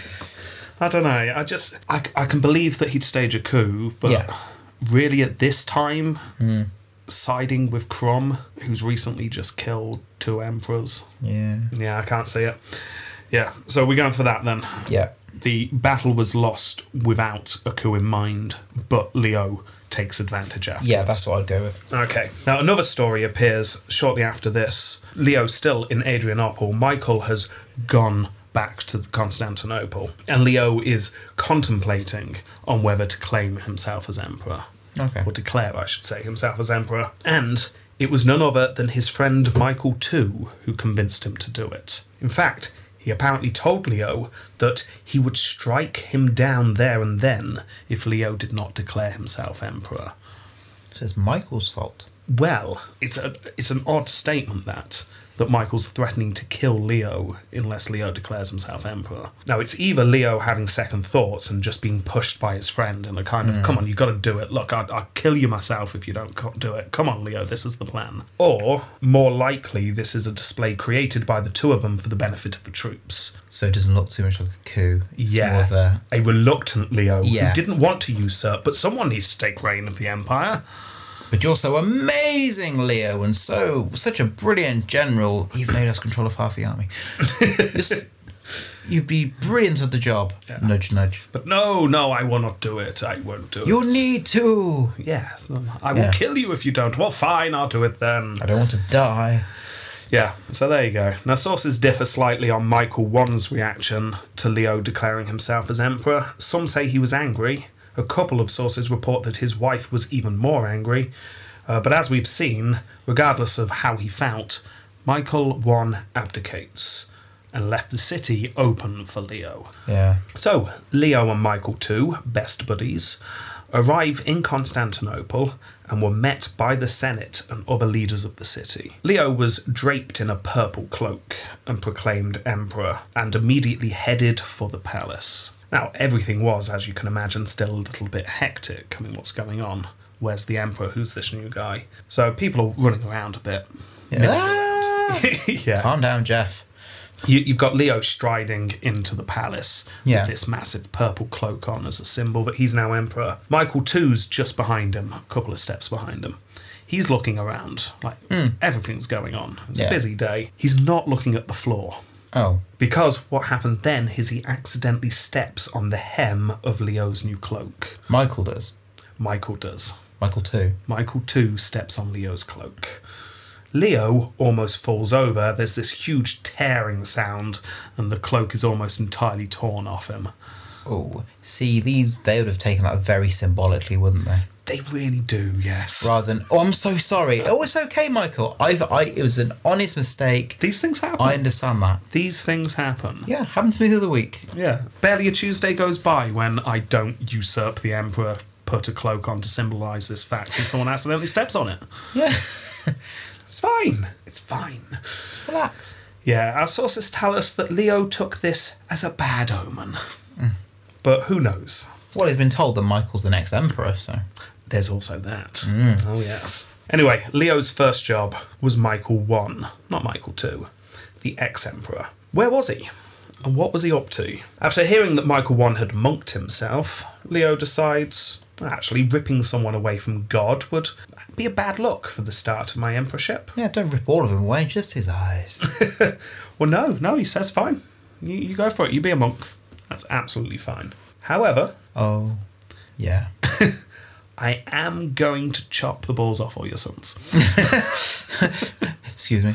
Speaker 3: I don't know. I just I, I can believe that he'd stage a coup, but
Speaker 2: Yeah. Hmm.
Speaker 3: really at this time, siding with Crom, who's recently just killed two emperors.
Speaker 2: yeah.
Speaker 3: Yeah, I can't see it. Yeah, so we're going for that then.
Speaker 2: Yeah.
Speaker 3: The battle was lost without a coup in mind, but Leo takes advantage after.
Speaker 2: Yeah, that's what I'd go with.
Speaker 3: Okay. Now, another story appears shortly after this. Leo still in Adrianople. Michael has gone back to Constantinople, and Leo is contemplating on whether to claim himself as emperor,
Speaker 2: Okay.
Speaker 3: or declare, I should say, himself as emperor. And it was none other than his friend Michael II who convinced him to do it. In fact, he apparently told Leo that he would strike him down there and then if Leo did not declare himself emperor.
Speaker 2: So it's Michael's fault.
Speaker 3: Well, it's a it's an odd statement that that Michael's threatening to kill Leo unless Leo declares himself emperor. Now it's either Leo having second thoughts and just being pushed by his friend and a kind of
Speaker 2: Hmm.
Speaker 3: come on, you got to do it. Look, I, I'll kill you myself if you don't co- do it. Come on, Leo, this is the plan. Or more likely, this is a display created by the two of them for the benefit of the troops.
Speaker 2: So it doesn't look too much like a coup. It's
Speaker 3: Yeah.
Speaker 2: More of a,
Speaker 3: A reluctant Leo
Speaker 2: Yeah.
Speaker 3: who didn't want to usurp, but someone needs to take reign of the empire.
Speaker 2: but you're so amazing, Leo, and so such a brilliant general. You've made us control of half the army. You're s- You'd be brilliant at the job. Nudge, nudge.
Speaker 3: But no, no, I will not do it. I won't do it.
Speaker 2: You need to.
Speaker 3: Yeah, I will
Speaker 2: Yeah.
Speaker 3: kill you if you don't. Well, fine, I'll do it then.
Speaker 2: I don't want to die.
Speaker 3: Yeah, so there you go. Now, sources differ slightly on Michael I's reaction to Leo declaring himself as emperor. Some say he was angry. A couple of sources report that his wife was even more angry. Uh, but as we've seen, regardless of how he felt, Michael I abdicates and left the city open for Leo.
Speaker 2: Yeah.
Speaker 3: So, Leo and Michael II, best buddies, arrive in Constantinople and were met by the Senate and other leaders of the city. Leo was draped in a purple cloak and proclaimed emperor and immediately headed for the palace. Now, everything was, as you can imagine, still a little bit hectic. I mean, what's going on? Where's the emperor? Who's this new guy? So, people are running around a bit.
Speaker 2: Yeah. Ah!
Speaker 3: yeah.
Speaker 2: Calm down, Jeff.
Speaker 3: You, you've got Leo striding into the palace
Speaker 2: Yeah.
Speaker 3: with this massive purple cloak on as a symbol, but he's now emperor. Michael II's just behind him, a couple of steps behind him. He's looking around, like everything's going on. It's a
Speaker 2: Hmm. Yeah.
Speaker 3: busy day. He's not looking at the floor
Speaker 2: Oh.
Speaker 3: because what happens then is he accidentally steps on the hem of Leo's new cloak.
Speaker 2: Michael does.
Speaker 3: Michael does.
Speaker 2: Michael too.
Speaker 3: Michael too steps on Leo's cloak. Leo almost falls over. There's this huge tearing sound, and the cloak is almost entirely torn off him.
Speaker 2: Oh. See, these they would have taken that very symbolically, wouldn't they?
Speaker 3: They really do, yes.
Speaker 2: Rather than, oh, I'm so sorry. Oh, it's okay, Michael. I've, I, it was an honest mistake.
Speaker 3: These things happen.
Speaker 2: I understand that.
Speaker 3: These things happen.
Speaker 2: Yeah, happened to me the other week.
Speaker 3: Yeah. Barely a Tuesday goes by when I don't usurp the Emperor, put a cloak on to symbolise this fact, and someone accidentally steps on it.
Speaker 2: Yeah.
Speaker 3: It's fine. It's fine.
Speaker 2: Relax.
Speaker 3: Yeah, our sources tell us that Leo took this as a bad
Speaker 2: Mm.
Speaker 3: omen. But who knows?
Speaker 2: Well, he's been told that Michael's the next emperor, so
Speaker 3: There's also that. Oh, yes. Anyway, Leo's first job was Michael 1, not Michael 2, the ex emperor. Where was he? And what was he up to? After hearing that Michael 1 had monked himself, Leo decides actually ripping someone away from God would be a bad look for the start of my emperorship.
Speaker 2: Yeah, don't rip all of him away, just his eyes.
Speaker 3: Well, no, no, he says fine. You, you go for it, you be a monk. That's absolutely fine. However,
Speaker 2: oh, yeah.
Speaker 3: I am going to chop the balls off all your sons.
Speaker 2: Excuse me.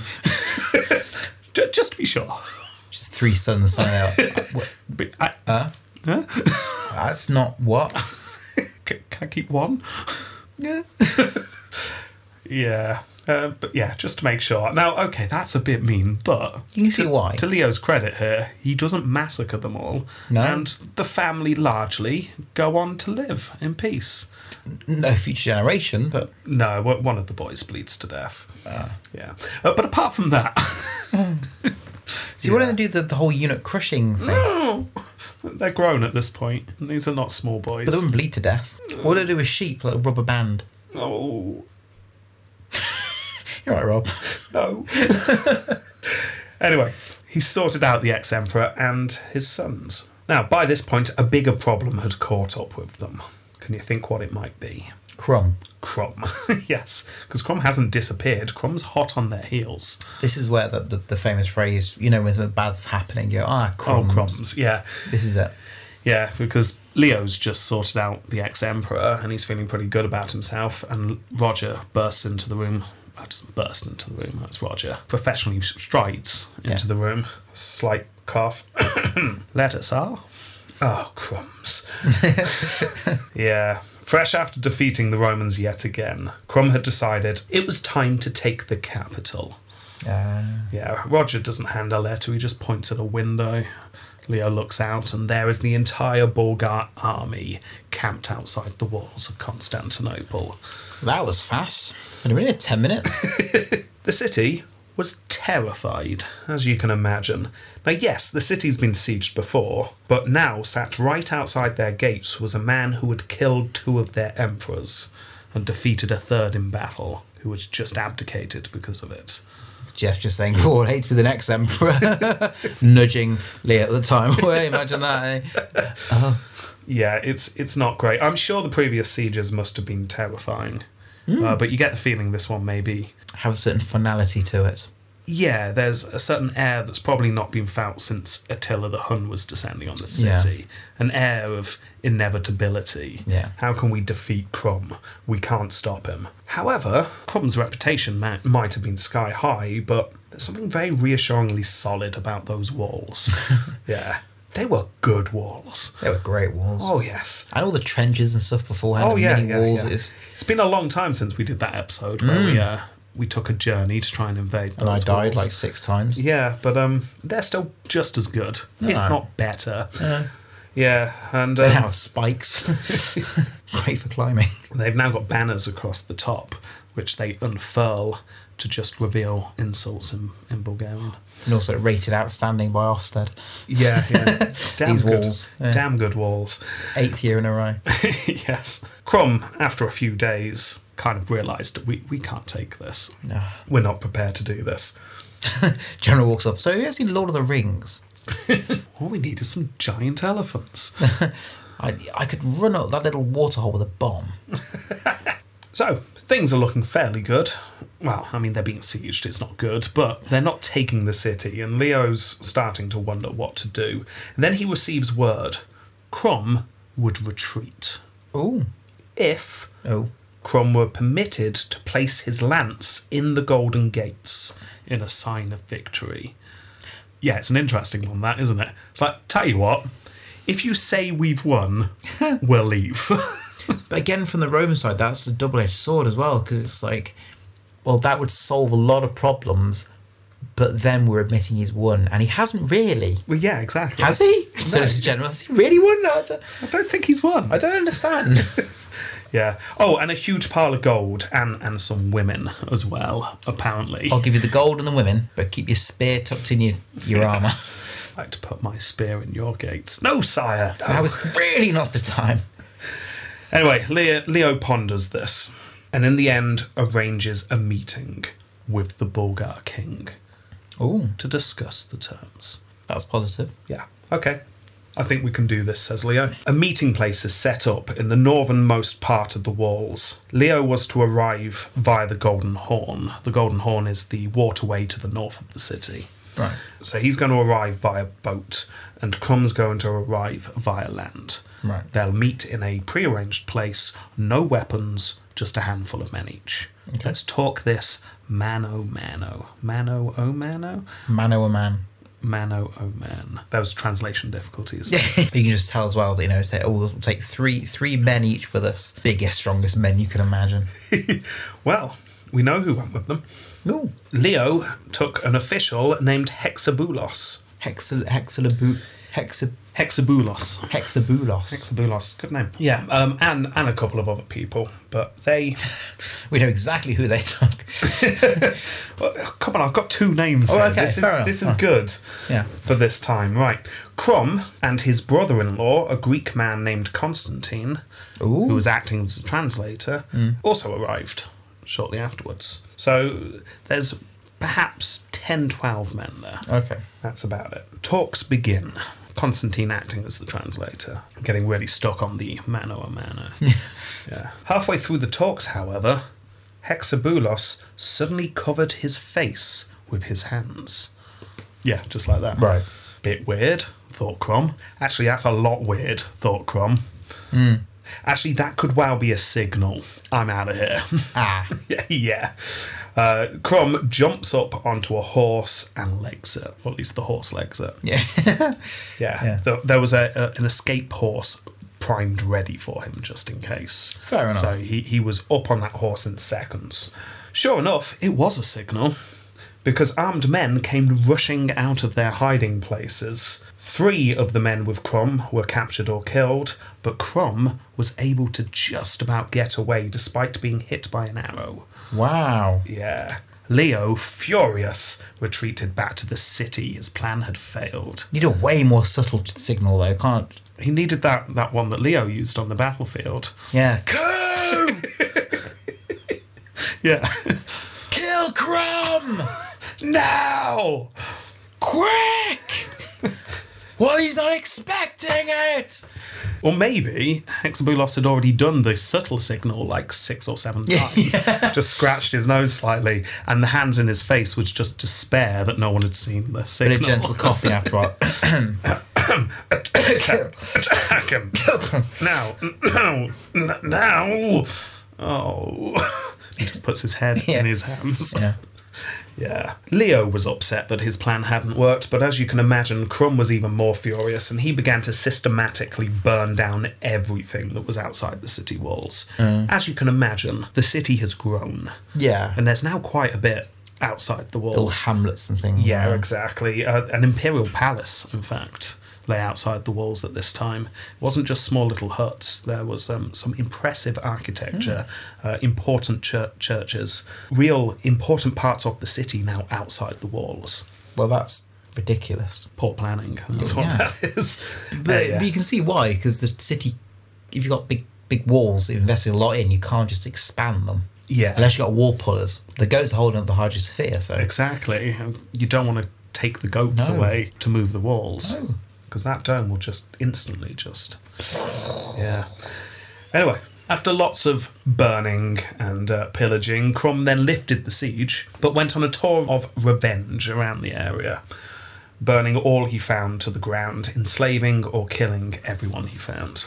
Speaker 3: J- just to be sure.
Speaker 2: Just three sons sign out. What?
Speaker 3: Be- I-
Speaker 2: Huh?
Speaker 3: huh?
Speaker 2: That's not what.
Speaker 3: C- can I keep one?
Speaker 2: Yeah.
Speaker 3: Yeah. Uh, but yeah, just to make sure. Now, okay, that's a bit mean, but
Speaker 2: You can see why.
Speaker 3: to Leo's credit here, he doesn't massacre them all.
Speaker 2: No.
Speaker 3: And the family largely go on to live in peace.
Speaker 2: No future generation, but
Speaker 3: No, o- one of the boys bleeds to death.
Speaker 2: Ah.
Speaker 3: yeah. Uh, but apart from that,
Speaker 2: see, why don't they do the, the whole unit crushing thing?
Speaker 3: no, they're grown at this point. and These are not small boys.
Speaker 2: But they wouldn't bleed to death. All they do is sheep, like a rubber band.
Speaker 3: Oh,
Speaker 2: You're right, Rob.
Speaker 3: no. anyway, he sorted out the ex emperor and his sons. Now, by this point, a bigger problem had caught up with them. Can you think what it might be?
Speaker 2: Crumb.
Speaker 3: Crom. yes, because Crom hasn't disappeared. Crom's hot on their heels.
Speaker 2: This is where the, the, the famous phrase, you know, when something bad's happening, you go, ah,
Speaker 3: Oh,
Speaker 2: crumbs.
Speaker 3: Crom's. Yeah.
Speaker 2: This is it.
Speaker 3: Yeah, because Leo's just sorted out the ex emperor and he's feeling pretty good about himself. And Roger bursts into the room. I just burst into the room. That's Roger. Professionally strides into the room. Slight cough. Let us are. Oh, crumbs. yeah. Fresh after defeating the Romans yet again, Crum had decided it was time to take the capital.
Speaker 2: Uh,
Speaker 3: Yeah, Roger doesn't hand a letter, he just points at a window. Leo looks out, and there is the entire Bulgar army camped outside the walls of Constantinople.
Speaker 2: that was fast. Only really 10 minutes.
Speaker 3: The city was terrified, as you can imagine. Now, yes, the city's been sieged before, but now sat right outside their gates was a man who had killed two of their emperors and defeated a third in battle, who had just abdicated because of it.
Speaker 2: Jeff just saying, oh, it hates to be the next emperor. Nudging Leah at the time away. Imagine that, eh?
Speaker 3: Yeah, it's it's not great. I'm sure the previous sieges must have been terrifying,
Speaker 2: Hmm.
Speaker 3: uh, but you get the feeling this one may be.
Speaker 2: Have a certain finality to it.
Speaker 3: Yeah, there's a certain air that's probably not been felt since Attila the Hun was descending on the
Speaker 2: Yeah.
Speaker 3: city. An air of inevitability.
Speaker 2: Yeah.
Speaker 3: How can we defeat Crom? We can't stop him. However, Crom's reputation ma- might have been sky high, but there's something very reassuringly solid about those walls. yeah. They were good walls.
Speaker 2: They were great walls.
Speaker 3: Oh, yes.
Speaker 2: And all the trenches and stuff beforehand.
Speaker 3: Oh
Speaker 2: and
Speaker 3: yeah,
Speaker 2: mini
Speaker 3: yeah,
Speaker 2: walls.
Speaker 3: yeah.
Speaker 2: It's, Hmm.
Speaker 3: It's been a long time since we did that episode where we uh, we took a journey to try and invade.
Speaker 2: and I
Speaker 3: those
Speaker 2: died
Speaker 3: walls.
Speaker 2: like six times.
Speaker 3: Yeah, but um, they're still just as good, if
Speaker 2: No.
Speaker 3: not better.
Speaker 2: Yeah.
Speaker 3: Yeah, and
Speaker 2: They
Speaker 3: um,
Speaker 2: have spikes. great for climbing.
Speaker 3: they've now got banners across the top, which they unfurl to just reveal insults in, in Bulgarian.
Speaker 2: And also rated outstanding by Ofsted.
Speaker 3: Yeah, yeah. damn
Speaker 2: These
Speaker 3: good,
Speaker 2: walls, yeah.
Speaker 3: damn good walls.
Speaker 2: Eighth year in a row.
Speaker 3: yes, Crom, after a few days, kind of realised that we we can't take this.
Speaker 2: Ah.
Speaker 3: We're not prepared to do this.
Speaker 2: General walks up. So have you ever seen Lord of the Rings?
Speaker 3: All we need is some giant elephants.
Speaker 2: I, I could run up that little waterhole with a bomb.
Speaker 3: so, things are looking fairly good. Well, I mean, they're being sieged, it's not good, but they're not taking the city, and Leo's starting to wonder what to do. And then he receives word Crom would retreat
Speaker 2: Ooh.
Speaker 3: if
Speaker 2: Oh.
Speaker 3: Crom were permitted to place his lance in the Golden Gates in a sign of victory. Yeah, it's an interesting one, that, isn't it? It's like, tell you what, if you say we've won, we'll leave.
Speaker 2: But again, from the Roman side, that's a double edged sword as well, because it's like, well, that would solve a lot of problems, but then we're admitting he's won, and he hasn't really.
Speaker 3: well, yeah, exactly.
Speaker 2: Has he? So it's general. Has he really won? No, I don't,
Speaker 3: I don't think he's won.
Speaker 2: I don't understand.
Speaker 3: Yeah. Oh, and a huge pile of gold and and some women as well. Apparently,
Speaker 2: I'll give you the gold and the women, but keep your spear tucked in your, your armour.
Speaker 3: I'd like to put my spear in your gates. No, sire. No.
Speaker 2: That was really not the time.
Speaker 3: Anyway, Leo, Leo ponders this and in the end arranges a meeting with the Bulgar king
Speaker 2: Ooh,
Speaker 3: to discuss the terms.
Speaker 2: that's positive.
Speaker 3: Yeah, okay. I think we can do this, says Leo. A meeting place is set up in the northernmost part of the walls. Leo was to arrive via the Golden Horn. The Golden Horn is the waterway to the north of the city.
Speaker 2: Right.
Speaker 3: So he's going to arrive via boat, and Crumb's going to arrive via land.
Speaker 2: Right.
Speaker 3: They'll meet in a prearranged place, no weapons, just a handful of men each. Let's talk this mano mano. Mano o mano?
Speaker 2: Mano a man.
Speaker 3: Mano o man. That was translation difficulties.
Speaker 2: you can just tell as well that you know, say, oh, we'll take three three men each with us, biggest, strongest men you can imagine.
Speaker 3: Well, we know who went with them.
Speaker 2: Ooh,
Speaker 3: Leo took an official named Hexabulos.
Speaker 2: hexa hexalabu hexa
Speaker 3: Hexabulos.
Speaker 2: hexabulos.
Speaker 3: Hexabulos, good name. Yeah, um, and and a couple of other people, but they.
Speaker 2: We know exactly who they took.
Speaker 3: Well, come on, I've got two names.
Speaker 2: Oh,
Speaker 3: here.
Speaker 2: okay,
Speaker 3: this is
Speaker 2: fair enough.
Speaker 3: this is
Speaker 2: Huh.
Speaker 3: good.
Speaker 2: Yeah.
Speaker 3: for this time, right? Crom and his brother-in-law, a Greek man named Constantine,
Speaker 2: Ooh.
Speaker 3: who was acting as a translator, also arrived shortly afterwards. So there's perhaps 10, 12 men there.
Speaker 2: okay.
Speaker 3: That's about it. Talks begin. Constantine acting as the translator, getting really stuck on the mano a mano. yeah. Halfway through the talks, however, Hexabulos suddenly covered his face with his hands. Yeah, just like that.
Speaker 2: Right.
Speaker 3: Bit weird, thought Crom. Actually, that's a lot weird, thought Crom. Actually, that could well be a signal. I'm out of here.
Speaker 2: Ah.
Speaker 3: yeah. yeah. Uh, Crom jumps up onto a horse and legs it. Or at least the horse legs it.
Speaker 2: Yeah.
Speaker 3: Yeah.
Speaker 2: Yeah.
Speaker 3: There, there was a, a an escape horse primed ready for him just in case.
Speaker 2: Fair enough.
Speaker 3: So he, he was up on that horse in seconds. Sure enough, it was a signal because armed men came rushing out of their hiding places. Three of the men with Crom were captured or killed, but Crom was able to just about get away despite being hit by an arrow.
Speaker 2: wow.
Speaker 3: Yeah. Leo, furious, retreated back to the city. His plan had failed.
Speaker 2: Need a way more subtle t- signal though. Can't.
Speaker 3: He needed that, that one that Leo used on the battlefield.
Speaker 2: Yeah. Go!
Speaker 3: Yeah.
Speaker 2: Kill Crumb!
Speaker 3: now!
Speaker 2: Quick! well, he's not expecting it.
Speaker 3: Or maybe Hexabulos had already done the subtle signal like six or seven times. Just scratched his nose slightly, and the hands in his face was just despair that no one had seen the
Speaker 2: Bit
Speaker 3: signal.
Speaker 2: of gentle coughing after all.
Speaker 3: Attack him. now, now, n- now. Oh. He just puts his head
Speaker 2: Yeah.
Speaker 3: in his hands.
Speaker 2: yeah.
Speaker 3: Yeah. Leo was upset that his plan hadn't worked, but as you can imagine, Crum was even more furious and he began to systematically burn down everything that was outside the city walls. As you can imagine, the city has grown
Speaker 2: Yeah.
Speaker 3: and there's now quite a bit outside the
Speaker 2: Little
Speaker 3: walls.
Speaker 2: hamlets and things.
Speaker 3: Yeah, exactly. Uh, an imperial palace, in fact, lay outside the walls at this time. It wasn't just small little huts. There was um, some impressive architecture,
Speaker 2: Hmm.
Speaker 3: uh, important chur- churches, real important parts of the city now outside the walls.
Speaker 2: Well, that's ridiculous.
Speaker 3: Poor planning. That's what
Speaker 2: Oh, Yeah.
Speaker 3: that is. Uh,
Speaker 2: But,
Speaker 3: yeah.
Speaker 2: but you can see why, because the city, if you've got big big walls that you've invested a lot in, you can't just expand them.
Speaker 3: Yeah,
Speaker 2: Unless you've got wall pullers. The goats are holding up the hydrosphere, so.
Speaker 3: exactly. You don't want to take the goats
Speaker 2: No.
Speaker 3: away to move the walls.
Speaker 2: Oh.
Speaker 3: because that dome will just instantly just yeah anyway after lots of burning and uh, pillaging crom then lifted the siege but went on a tour of revenge around the area burning all he found to the ground enslaving or killing everyone he found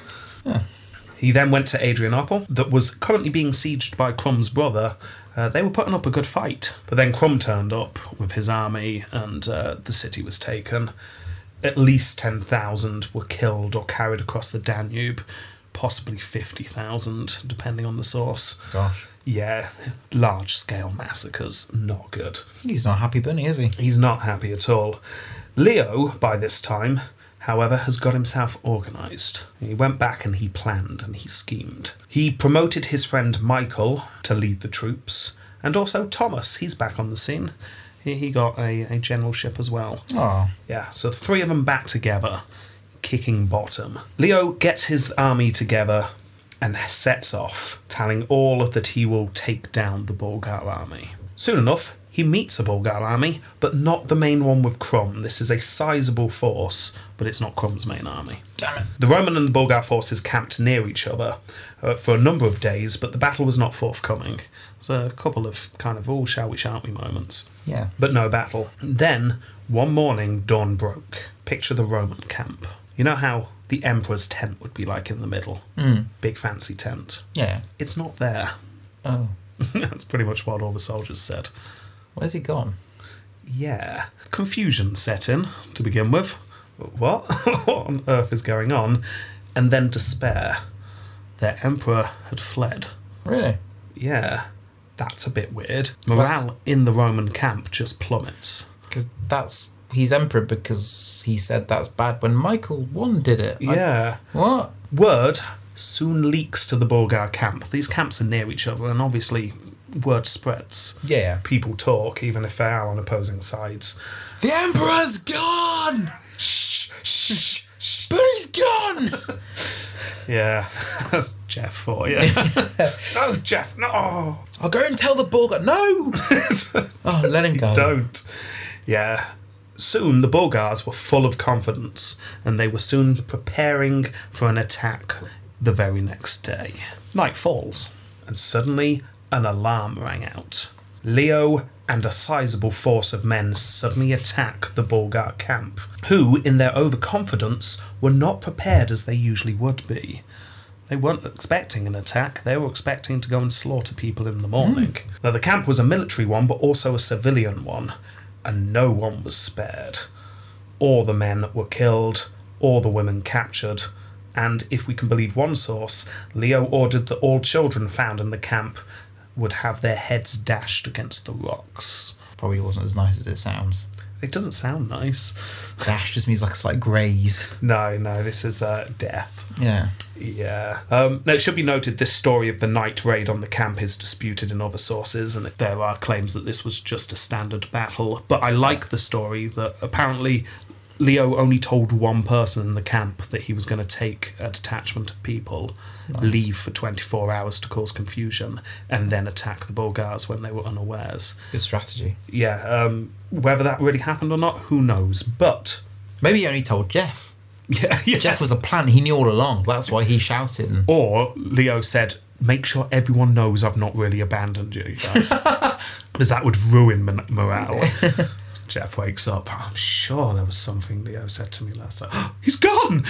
Speaker 3: he then went to Adrianople, that was currently being sieged by Crom's brother. Uh, they were putting up a good fight, but then Crom turned up with his army, and uh, the city was taken. At least 10,000 were killed or carried across the Danube, possibly 50,000, depending on the source.
Speaker 2: Gosh.
Speaker 3: Yeah, large scale massacres, not good.
Speaker 2: He's not a happy bunny, is he?
Speaker 3: He's not happy at all. Leo, by this time, however, has got himself organised. He went back and he planned and he schemed. He promoted his friend Michael to lead the troops, and also Thomas, he's back on the scene. He, he got a, a generalship as well.
Speaker 2: Oh.
Speaker 3: Yeah, so three of them back together, kicking bottom. Leo gets his army together and sets off, telling all that he will take down the Bulgar army. Soon enough, he meets a Bulgar army, but not the main one with Crom. This is a sizable force, but it's not Crom's main army.
Speaker 2: Damn it.
Speaker 3: The Roman and the Bulgar forces camped near each other uh, for a number of days, but the battle was not forthcoming. It was a couple of kind of, oh, shall we, shan't we moments
Speaker 2: Yeah.
Speaker 3: but no battle. Then, one morning, dawn broke. Picture the Roman camp. You know how the emperor's tent would be like in the middle? Mm. Big fancy tent.
Speaker 2: Yeah.
Speaker 3: It's not there.
Speaker 2: Oh.
Speaker 3: That's pretty much what all the soldiers said.
Speaker 2: Where's he gone?
Speaker 3: Yeah. Confusion set in to begin with. What on earth is going on? And then despair. Their emperor had fled.
Speaker 2: Really?
Speaker 3: Yeah. That's a bit weird. Morale in the Roman camp just plummets.
Speaker 2: Because that's he's emperor because he said that's bad when Michael One did it. I-
Speaker 3: Yeah.
Speaker 2: what?
Speaker 3: Word soon leaks to the Bulgar camp. These camps are near each other, and obviously, word spreads.
Speaker 2: Yeah.
Speaker 3: People talk, even if they are on opposing sides.
Speaker 2: The emperor's gone. But he's gone.
Speaker 3: Yeah, that's Jeff for you. no, Jeff, no!
Speaker 2: I'll go and tell the Bulgar. No. Oh, let him go.
Speaker 3: Don't. Yeah. Soon the Bulgars were full of confidence, and they were soon preparing for an attack the very next day. Night falls, and suddenly an alarm rang out. Leo and a sizable force of men suddenly attack the Bulgar camp, who, in their overconfidence, were not prepared as they usually would be. They weren't expecting an attack, they were expecting to go and slaughter people in the morning. Now, the camp was a military one, but also a civilian one, and no one was spared. All the men were killed, all the women captured, and if we can believe one source, Leo ordered that all children found in the camp would have their heads dashed against the rocks.
Speaker 2: Probably wasn't as nice as it sounds.
Speaker 3: It doesn't sound nice.
Speaker 2: Dash just means like a slight graze.
Speaker 3: No, no, this is uh, death.
Speaker 2: Yeah.
Speaker 3: Yeah. Um, now, it should be noted this story of the night raid on the camp is disputed in other sources, and there are claims that this was just a standard battle. But I like the story that apparently Leo only told one person in the camp that he was going to take a detachment of people, leave for 24 hours to cause confusion, and then attack the Bulgars when they were unawares.
Speaker 2: Good strategy.
Speaker 3: Yeah. Um, whether that really happened or not, who knows? But.
Speaker 2: Maybe he only told Jeff.
Speaker 3: Yeah, yes.
Speaker 2: Jeff was a plan. He knew all along. That's why he shouted. And,
Speaker 3: Or Leo said, make sure everyone knows I've not really abandoned you guys. Because that would ruin mon- morale. Jeff wakes up. I'm sure there was something Leo said to me last night. He's gone!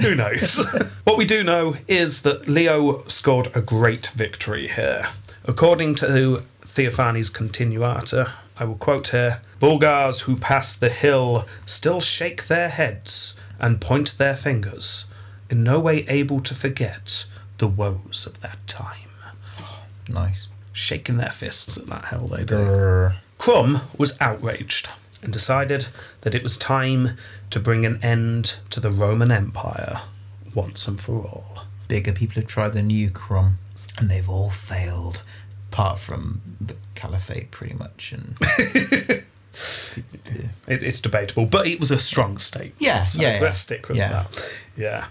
Speaker 3: Who knows? what we do know is that Leo scored a great victory here. According to Theophanes Continuata, I will quote here Bulgars who pass the hill still shake their heads and point their fingers, in no way able to forget the woes of that time.
Speaker 2: nice.
Speaker 3: Shaking their fists at that hill they do.
Speaker 2: Grr.
Speaker 3: Crum was outraged and decided that it was time to bring an end to the Roman Empire once and for all.
Speaker 2: Bigger people have tried the new crumb, and they've all failed, apart from the caliphate, pretty much. And
Speaker 3: It, it's debatable, but it was a strong state.
Speaker 2: yes, yeah, yeah,
Speaker 3: Let's stick with
Speaker 2: yeah.
Speaker 3: that. Yeah.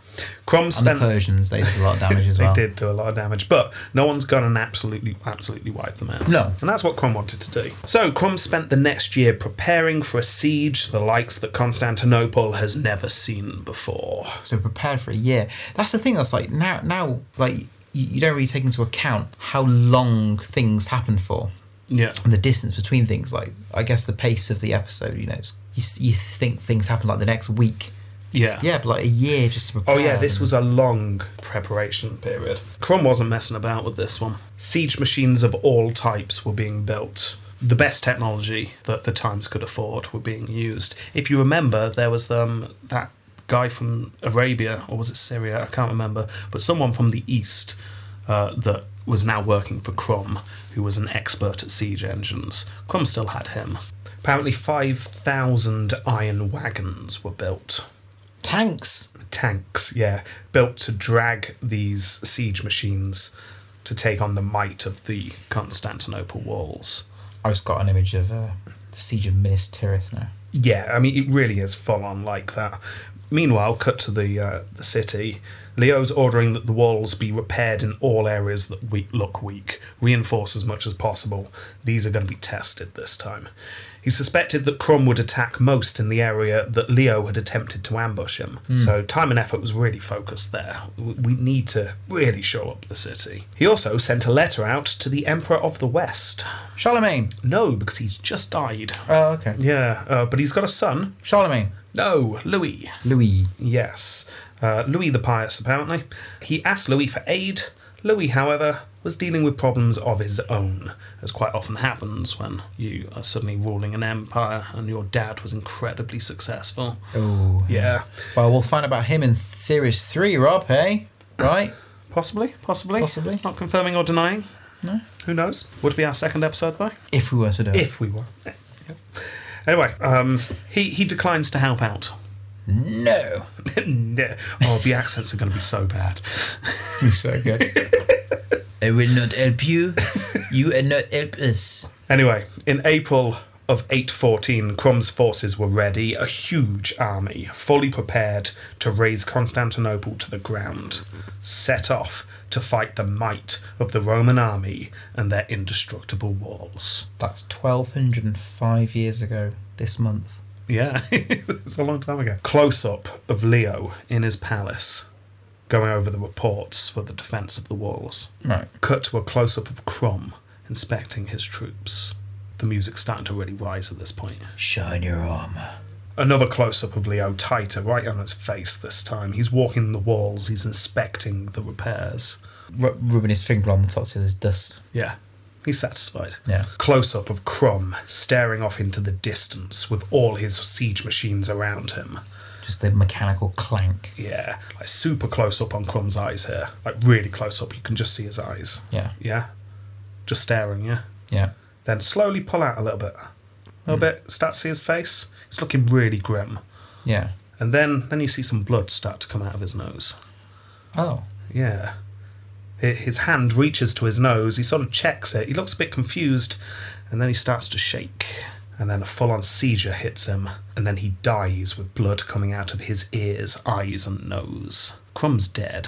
Speaker 3: Crum
Speaker 2: And the
Speaker 3: spent.
Speaker 2: Persians, they did a lot of damage as well.
Speaker 3: They did do a lot of damage, but no one's gone and absolutely, absolutely wiped them out.
Speaker 2: No.
Speaker 3: And that's what Crom wanted to do. So Crom spent the next year preparing for a siege the likes that Constantinople has never seen before.
Speaker 2: So prepared for a year. That's the thing. That's like now, now, like you, you don't really take into account how long things happen for.
Speaker 3: Yeah.
Speaker 2: and the distance between things like i guess the pace of the episode you know it's, you, you think things happen like the next week
Speaker 3: Yeah.
Speaker 2: yeah but like a year just to prepare
Speaker 3: Oh yeah, this
Speaker 2: and-
Speaker 3: was a long preparation period. Crom wasn't messing about with this one. Siege machines of all types were being built. The best technology that the times could afford were being used. If you remember, there was um, that guy from Arabia or was it Syria? I can't remember, but someone from the east uh, that was now working for Crom, who was an expert at siege engines. Crom still had him. Apparently, five thousand iron wagons were built
Speaker 2: tanks
Speaker 3: tanks, yeah, built to drag these siege machines to take on the might of the Constantinople walls.
Speaker 2: i just got an image of uh, the siege of minas tirith now
Speaker 3: Yeah, I mean, it really is full on like that. Meanwhile, cut to the uh, the city. Leo's ordering that the walls be repaired in all areas that we look weak, reinforce as much as possible. These are going to be tested this time. He suspected that Crum would attack most in the area that Leo had attempted to ambush him, so time and effort was really focused there. W- We need to really show up the city. He also sent a letter out to the Emperor of the West.
Speaker 2: Charlemagne.
Speaker 3: No, because he's just died.
Speaker 2: Oh, okay.
Speaker 3: Yeah, uh, but he's got a son.
Speaker 2: Charlemagne.
Speaker 3: No, Louis.
Speaker 2: Louis.
Speaker 3: Yes. Uh, Louis the Pious, apparently. He asked Louis for aid. Louis, however, was dealing with problems of his own, as quite often happens when you are suddenly ruling an empire and your dad was incredibly successful.
Speaker 2: Oh.
Speaker 3: Yeah.
Speaker 2: Well, we'll find about him in Series 3, Rob, hey? Right?
Speaker 3: Possibly, possibly.
Speaker 2: Possibly.
Speaker 3: Not confirming or denying.
Speaker 2: No.
Speaker 3: Who knows? Would it be our second episode, though?
Speaker 2: If we were to do it.
Speaker 3: If we were. Yeah. Anyway, um, he, he declines to help out.
Speaker 2: No.
Speaker 3: No. oh, the accents are going to be so bad.
Speaker 2: You're so good. I will not help you. You will not help us.
Speaker 3: Anyway, in April of 814, Crom's forces were ready, a huge army, fully prepared to raise Constantinople to the ground, set off to fight the might of the Roman army and their indestructible walls.
Speaker 2: That's 1,205 years ago this month.
Speaker 3: Yeah, it's a long time ago. Close up of Leo in his palace, going over the reports for the defense of the walls.
Speaker 2: Right.
Speaker 3: Cut to a close up of Crom inspecting his troops. The music's starting to really rise at this point.
Speaker 2: Shine your armour.
Speaker 3: Another close up of Leo, tighter, right on its face this time. He's walking the walls, he's inspecting the repairs.
Speaker 2: Ru- rubbing his finger on the top so there's dust.
Speaker 3: Yeah, he's satisfied.
Speaker 2: Yeah.
Speaker 3: Close up of Crom, staring off into the distance with all his siege machines around him.
Speaker 2: Just the mechanical clank.
Speaker 3: Yeah, like super close up on Crom's eyes here. Like really close up, you can just see his eyes.
Speaker 2: Yeah.
Speaker 3: Yeah? Just staring, yeah?
Speaker 2: Yeah.
Speaker 3: Then slowly pull out a little bit. A little bit, start to see his face. It's looking really grim.
Speaker 2: Yeah.
Speaker 3: And then, then you see some blood start to come out of his nose.
Speaker 2: Oh.
Speaker 3: Yeah. Hi- His hand reaches to his nose, he sort of checks it, he looks a bit confused, and then he starts to shake. And then a full on seizure hits him, and then he dies with blood coming out of his ears, eyes, and nose. Crum's dead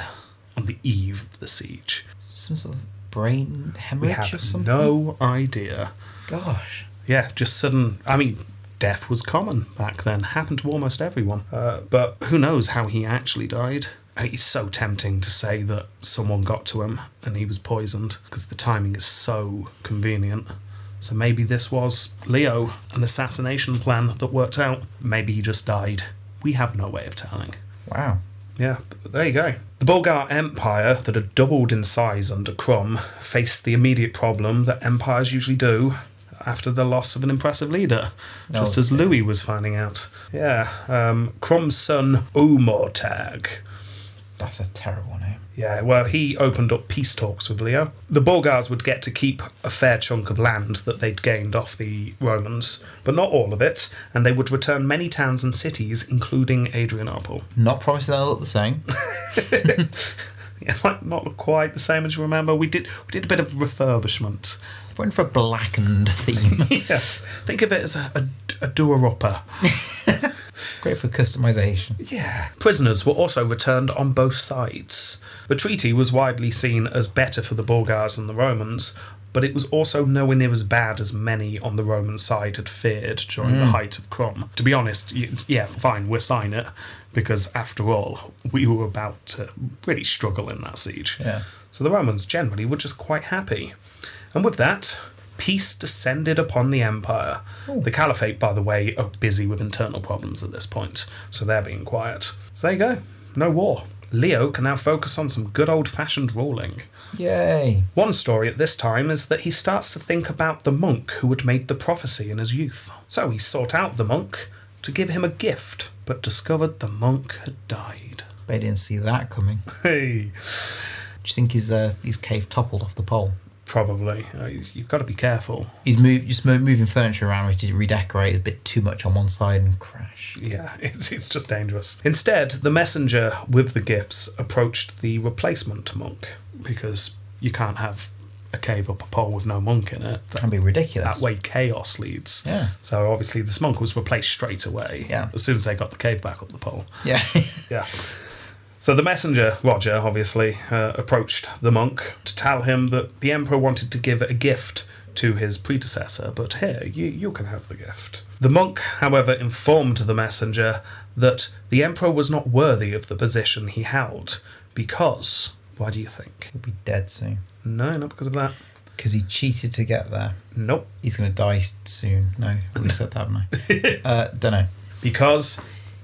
Speaker 3: on the eve of the siege.
Speaker 2: Some sort of brain
Speaker 3: We
Speaker 2: hemorrhage or
Speaker 3: have
Speaker 2: something?
Speaker 3: no idea.
Speaker 2: Gosh.
Speaker 3: Yeah, just sudden. I mean, death was common back then, happened to almost everyone. Uh, but who knows how he actually died? Uh, It's so tempting to say that someone got to him and he was poisoned because the timing is so convenient. So maybe this was Leo, an assassination plan that worked out. Maybe he just died. We have no way of telling.
Speaker 2: Wow.
Speaker 3: Yeah, but there you go. The Bulgar Empire, that had doubled in size under Crom, faced the immediate problem that empires usually do after the loss of an impressive leader, just
Speaker 2: Oh,
Speaker 3: as Louis was finding out. Yeah, um, Crom's son, Umortag.
Speaker 2: That's a terrible name.
Speaker 3: Yeah, well, he opened up peace talks with Leo. The Bulgars would get to keep a fair chunk of land that they'd gained off the Romans, but not all of it, and they would return many towns and cities, including Adrianople.
Speaker 2: Not promising they'll look the same.
Speaker 3: Yeah, like not quite the same as you remember. We did we did a bit of refurbishment.
Speaker 2: Went for a blackened theme.
Speaker 3: Yes, think of it as a, a, a doer-upper.
Speaker 2: Great for customization.
Speaker 3: Yeah. Prisoners were also returned on both sides. The treaty was widely seen as better for the Bulgars and the Romans, but it was also nowhere near as bad as many on the Roman side had feared during the height of Crom. To be honest, y- yeah, fine, we'll sign it, because after all, we were about to really struggle in that siege.
Speaker 2: Yeah.
Speaker 3: So the Romans generally were just quite happy. And with that, peace descended upon the empire. The caliphate, by the way, are busy with internal problems at this point, so they're being quiet. So there you go, no war. Leo can now focus on some good old fashioned ruling.
Speaker 2: Yay.
Speaker 3: One story at this time is that he starts to think about the monk who had made the prophecy in his youth. So he sought out the monk to give him a gift, but discovered the monk had died.
Speaker 2: They didn't see that coming.
Speaker 3: Hey!
Speaker 2: Do you think his uh, his cave toppled off the pole?
Speaker 3: Probably. Uh, You've got to be careful.
Speaker 2: He's moved just mo- moving furniture around, which he redecorated a bit too much on one side and crash.
Speaker 3: Yeah, it's, it's just dangerous. Instead, the messenger with the gifts approached the replacement monk because you can't have a cave up a pole with no monk in it. That,
Speaker 2: That'd be ridiculous.
Speaker 3: that way, chaos leads.
Speaker 2: Yeah.
Speaker 3: So obviously, this monk was replaced straight away.
Speaker 2: Yeah.
Speaker 3: As soon as they got the cave back up the pole.
Speaker 2: Yeah.
Speaker 3: Yeah. So the messenger, Roger, obviously, uh, approached the monk to tell him that the emperor wanted to give a gift to his predecessor, but here, you, you can have the gift. The monk, however, informed the messenger that the emperor was not worthy of the position he held because, why do you think?
Speaker 2: He'll be dead soon.
Speaker 3: No, not because of that.
Speaker 2: Because he cheated to get there.
Speaker 3: Nope.
Speaker 2: He's going to die s- soon. No, we said that, haven't I? uh, don't know.
Speaker 3: Because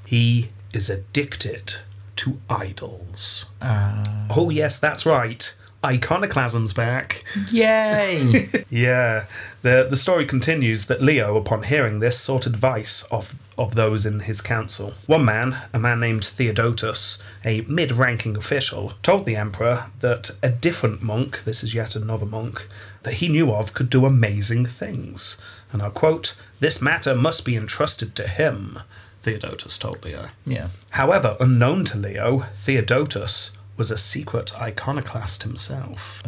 Speaker 3: he is addicted to idols.
Speaker 2: Uh,
Speaker 3: Oh, yes, that's right. Iconoclasm's back.
Speaker 2: yay!
Speaker 3: Yeah, the the story continues that Leo, upon hearing this, sought advice of of those in his council. One man, a man named Theodotus, a mid-ranking official, told the emperor that a different monk, this is yet another monk, that he knew of could do amazing things. And I quote, "This matter must be entrusted to him," Theodotus told Leo.
Speaker 2: yeah.
Speaker 3: However, unknown to Leo, Theodotus was a secret iconoclast himself.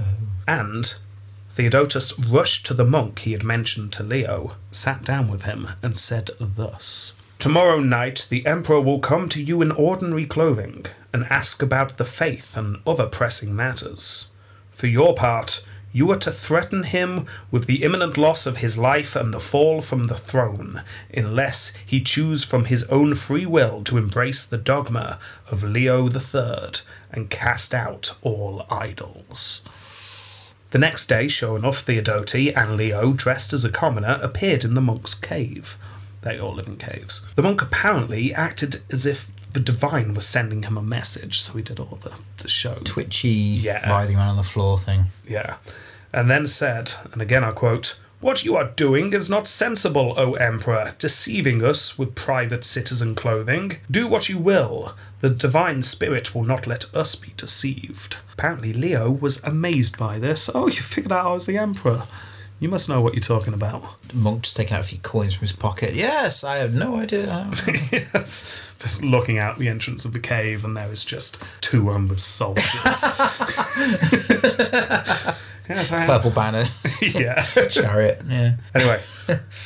Speaker 3: And Theodotus rushed to the monk he had mentioned to Leo, sat down with him, and said thus Tomorrow night the emperor will come to you in ordinary clothing and ask about the faith and other pressing matters. For your part, you are to threaten him with the imminent loss of his life and the fall from the throne, unless he choose from his own free will to embrace the dogma of Leo III and cast out all idols. The next day, sure enough, Theodote and Leo, dressed as a commoner, appeared in the monk's cave. They all live in caves. The monk apparently acted as if the divine was sending him a message, so he did all the, the show.
Speaker 2: Twitchy,
Speaker 3: Yeah.
Speaker 2: writhing around on the floor thing.
Speaker 3: Yeah. And then said, and again I quote, What you are doing is not sensible, O Emperor, deceiving us with private citizen clothing. Do what you will. The divine spirit will not let us be deceived. Apparently, Leo was amazed by this. Oh, you figured out I was the Emperor. You must know what you're talking about.
Speaker 2: The monk just taking out a few coins from his pocket. Yes, I have no idea.
Speaker 3: yes. Just looking out the entrance of the cave, and there is just 200 soldiers. yes, I am.
Speaker 2: Purple banner,
Speaker 3: Yeah.
Speaker 2: chariot. Yeah.
Speaker 3: Anyway,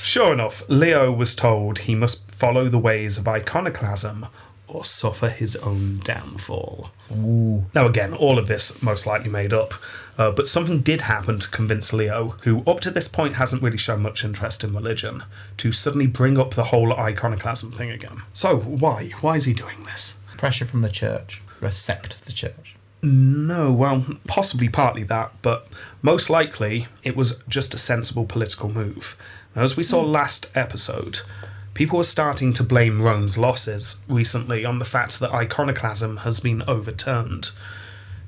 Speaker 3: sure enough, Leo was told he must follow the ways of iconoclasm or suffer his own downfall.
Speaker 2: Ooh.
Speaker 3: Now, again, all of this most likely made up, uh, but something did happen to convince Leo, who up to this point hasn't really shown much interest in religion, to suddenly bring up the whole iconoclasm thing again. So, why? Why is he doing this?
Speaker 2: Pressure from the church. A sect of the church.
Speaker 3: No, well, possibly partly that, but most likely it was just a sensible political move. Now, as we saw last episode, people were starting to blame Rome's losses recently on the fact that iconoclasm has been overturned.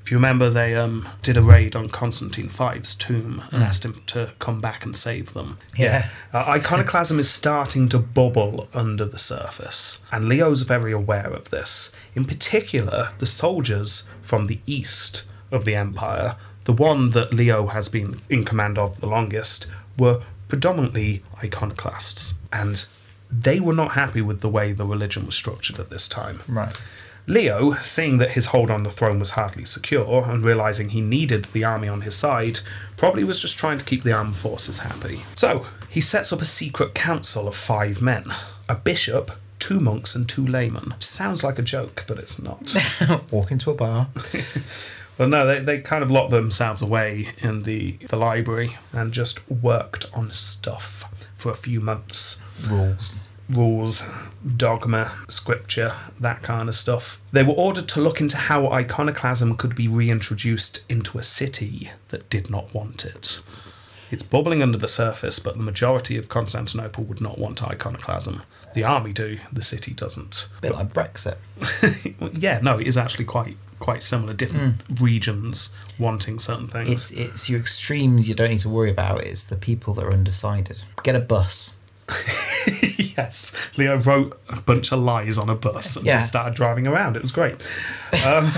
Speaker 3: If you remember, they um, did a raid on Constantine V's tomb and asked him to come back and save them.
Speaker 2: Yeah.
Speaker 3: Uh, iconoclasm is starting to bubble under the surface, and Leo's very aware of this. In particular, the soldiers from the east of the empire, the one that Leo has been in command of the longest, were predominantly iconoclasts, and they were not happy with the way the religion was structured at this time.
Speaker 2: Right.
Speaker 3: Leo, seeing that his hold on the throne was hardly secure and realizing he needed the army on his side, probably was just trying to keep the armed forces happy. So, he sets up a secret council of five men a bishop, two monks, and two laymen. Sounds like a joke, but it's not.
Speaker 2: Walk into a bar.
Speaker 3: Well, no, they, they kind of locked themselves away in the, the library and just worked on stuff for a few months
Speaker 2: Rules.
Speaker 3: rules, dogma, scripture, that kind of stuff. They were ordered to look into how iconoclasm could be reintroduced into a city that did not want it. It's bubbling under the surface, but the majority of Constantinople would not want iconoclasm. The army do, the city doesn't.
Speaker 2: bit like Brexit.
Speaker 3: yeah, no, it is actually quite quite similar. Different regions wanting certain things.
Speaker 2: It's it's your extremes you don't need to worry about. It's the people that are undecided. Get a bus.
Speaker 3: yes, Leo wrote a bunch of lies on a bus and
Speaker 2: Yeah.
Speaker 3: just started driving around. It was great. Um,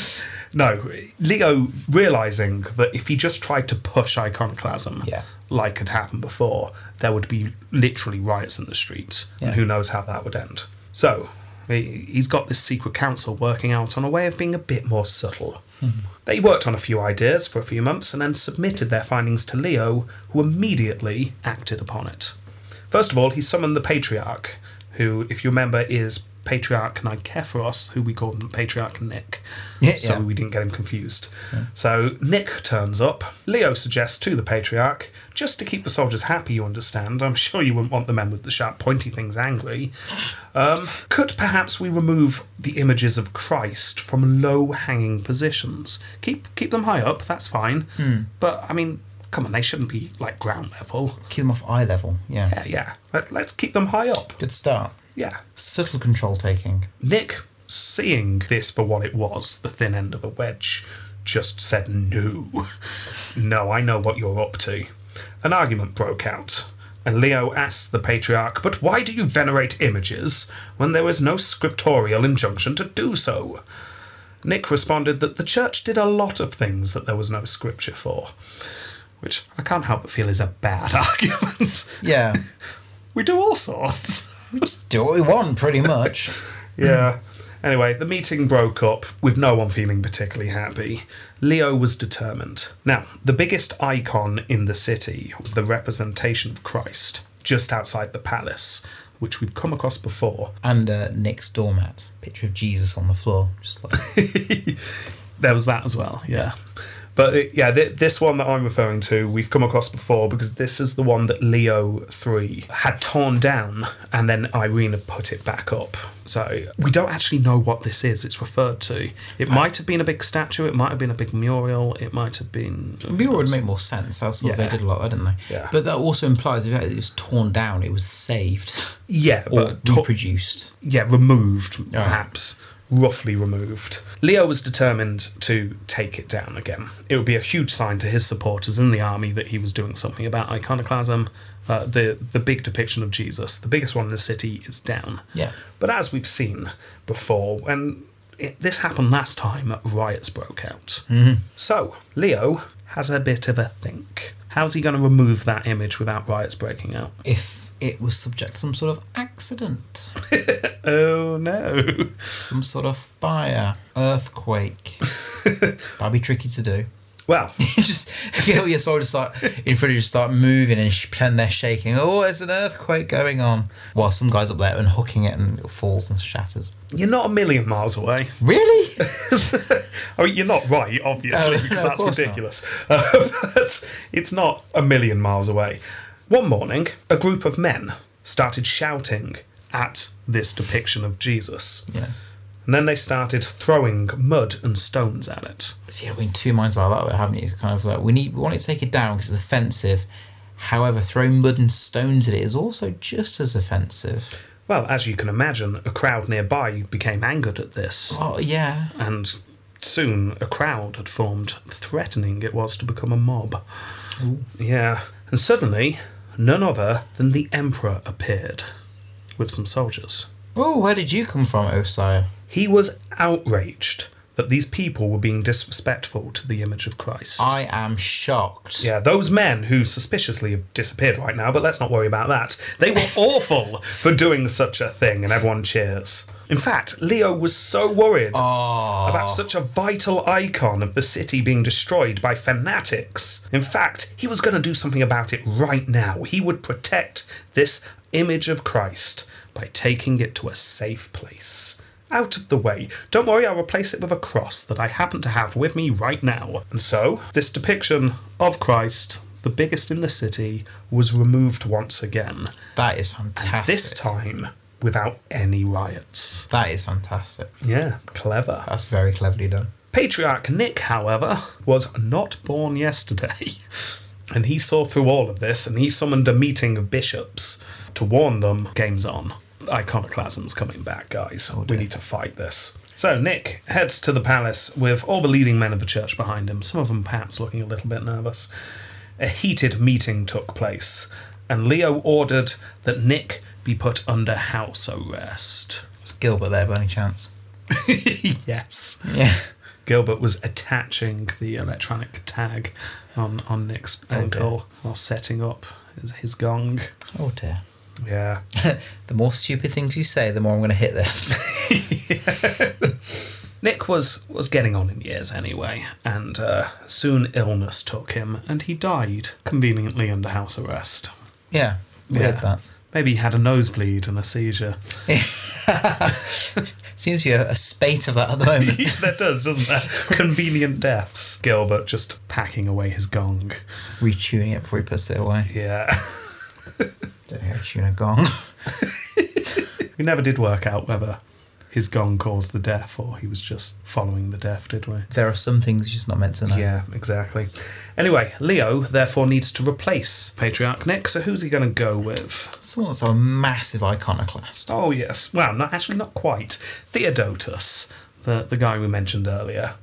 Speaker 3: no, Leo realizing that if he just tried to push iconoclasm,
Speaker 2: Yeah.
Speaker 3: like had happened before, there would be literally riots in the streets,
Speaker 2: Yeah.
Speaker 3: and who knows how that would end. So he- he's got this secret council working out on a way of being a bit more subtle.
Speaker 2: Hmm.
Speaker 3: They worked on a few ideas for a few months and then submitted their findings to Leo, who immediately acted upon it. First of all, he summoned the patriarch, who, if you remember, is patriarch Nikephoros, who we call Patriarch Nick.
Speaker 2: Yeah,
Speaker 3: so
Speaker 2: yeah.
Speaker 3: we didn't get him confused. So Nick turns up. Leo suggests to the patriarch, just to keep the soldiers happy, you understand. I'm sure you wouldn't want the men with the sharp, pointy things angry. Um, could perhaps we remove the images of Christ from low-hanging positions? Keep keep them high up. That's fine.
Speaker 2: Hmm.
Speaker 3: But I mean, come on, they shouldn't be like ground level.
Speaker 2: Kill them off eye level. Yeah.
Speaker 3: Yeah, yeah. Let, let's keep them high up.
Speaker 2: Good start.
Speaker 3: Yeah.
Speaker 2: Subtle control taking.
Speaker 3: Nick, seeing this for what it was, the thin end of a wedge, just said, No. No, I know what you're up to. An argument broke out, and Leo asked the patriarch, But why do you venerate images when there is no scriptorial injunction to do so? Nick responded that the church did a lot of things that there was no scripture for, which I can't help but feel is a bad argument.
Speaker 2: Yeah.
Speaker 3: we do all sorts.
Speaker 2: Do what we want, pretty much.
Speaker 3: Yeah. Anyway, the meeting broke up with no one feeling particularly happy. Leo was determined. Now, the biggest icon in the city was the representation of Christ just outside the palace, which we've come across before.
Speaker 2: and uh, Nick's doormat. Picture of Jesus on the floor. Just like
Speaker 3: there was that as well, yeah. But uh, yeah, th- this one that I'm referring to, we've come across before because this is the one that Leo 3 had torn down and then Irene had put it back up. So we don't actually know what this is, it's referred to. It might have been a big statue, it might have been a big mural, it might have been.
Speaker 2: mural would make more sense. That's what they
Speaker 3: Yeah.
Speaker 2: did a lot, didn't they?
Speaker 3: Yeah.
Speaker 2: But that also implies if it was torn down, it was saved
Speaker 3: Yeah,
Speaker 2: or
Speaker 3: but to-
Speaker 2: reproduced.
Speaker 3: yeah, removed, perhaps. Roughly removed. Leo was determined to take it down again. It would be a huge sign to his supporters in the army that he was doing something about iconoclasm. Uh, the the big depiction of Jesus, the biggest one in the city, is down.
Speaker 2: Yeah.
Speaker 3: But as we've seen before, when it, this happened last time, riots broke out. So Leo has a bit of a think. How's he going to remove that image without riots breaking out?
Speaker 2: If it was subject to some sort of accident,
Speaker 3: Oh no!
Speaker 2: some sort of fire, earthquake, that'd be tricky to do.
Speaker 3: Well,
Speaker 2: just get all your soldiers start in front of you, start moving and sh- pretend they're shaking. Oh, there's an earthquake going on. While some guy's up there unhooking it and it falls and shatters.
Speaker 3: You're not a million miles away.
Speaker 2: Really?
Speaker 3: I mean, you're not right, obviously,
Speaker 2: No,
Speaker 3: because
Speaker 2: no, Oh, of
Speaker 3: that's
Speaker 2: course not.
Speaker 3: ridiculous. Uh, but it's not a million miles away. One morning, a group of men started shouting at this depiction of Jesus.
Speaker 2: yeah.
Speaker 3: And then they started throwing mud and stones at it.
Speaker 2: So yeah, we in two minds about that, though, haven't you? It's Kind of like we need we want it to take it down because it's offensive. However, throwing mud and stones at it is also just as offensive.
Speaker 3: Well, as you can imagine, a crowd nearby became angered at this.
Speaker 2: Oh yeah,
Speaker 3: And soon a crowd had formed, threatening it was to become a mob. Yeah. And suddenly, none other than the Emperor appeared with some soldiers.
Speaker 2: Oh, where did you come from, Osire?
Speaker 3: He was outraged that these people were being disrespectful to the image of Christ.
Speaker 2: I am shocked.
Speaker 3: Yeah, those men who suspiciously have disappeared right now, but let's not worry about that. They were awful for doing such a thing, and everyone cheers. In fact, Leo was so worried
Speaker 2: Oh,
Speaker 3: about such a vital icon of the city being destroyed by fanatics. In fact, he was going to do something about it right now. He would protect this image of Christ by taking it to a safe place. Out of the way. Don't worry, I'll replace it with a cross that I happen to have with me right now. And so, this depiction of Christ, the biggest in the city, was removed once again.
Speaker 2: that is fantastic.
Speaker 3: This time, without any riots.
Speaker 2: that is fantastic.
Speaker 3: Yeah, clever.
Speaker 2: That's very cleverly done.
Speaker 3: Patriarch Nick, however, was not born yesterday. And he saw through all of this and he summoned a meeting of bishops to warn them game's on. Iconoclasm's coming back, guys. we need to fight this. So Nick heads to the palace with all the leading men of the church behind him, some of them perhaps looking a little bit nervous. A heated meeting took place, and Leo ordered that Nick be put under house arrest.
Speaker 2: It's Gilbert there by any chance?
Speaker 3: yes.
Speaker 2: Yeah.
Speaker 3: Gilbert was attaching the electronic tag on, on Nick's ankle while setting up his, his gong.
Speaker 2: Oh dear.
Speaker 3: Yeah.
Speaker 2: The more stupid things you say, the more I'm going to hit this.
Speaker 3: Nick was, was getting on in years anyway, and uh, soon illness took him, and he died, conveniently under house arrest.
Speaker 2: yeah. Weird
Speaker 3: Yeah.
Speaker 2: that.
Speaker 3: Maybe he had a nosebleed and a seizure.
Speaker 2: Seems to be a, a spate of that at the moment.
Speaker 3: that does, doesn't that? Convenient deaths. Gilbert just packing away his gong.
Speaker 2: Rechewing it before he puts it away.
Speaker 3: Yeah.
Speaker 2: Don't know how to tune a gong.
Speaker 3: We never did work out whether his gong caused the death or he was just following the death, did we?
Speaker 2: There are some things you're just not meant to know.
Speaker 3: Yeah, exactly. Anyway, Leo therefore needs to replace Patriarch Nick, so who's he going to go with?
Speaker 2: Someone that's a massive iconoclast.
Speaker 3: Oh, yes. Well, not, actually, not quite. Theodotus, the, the guy we mentioned earlier,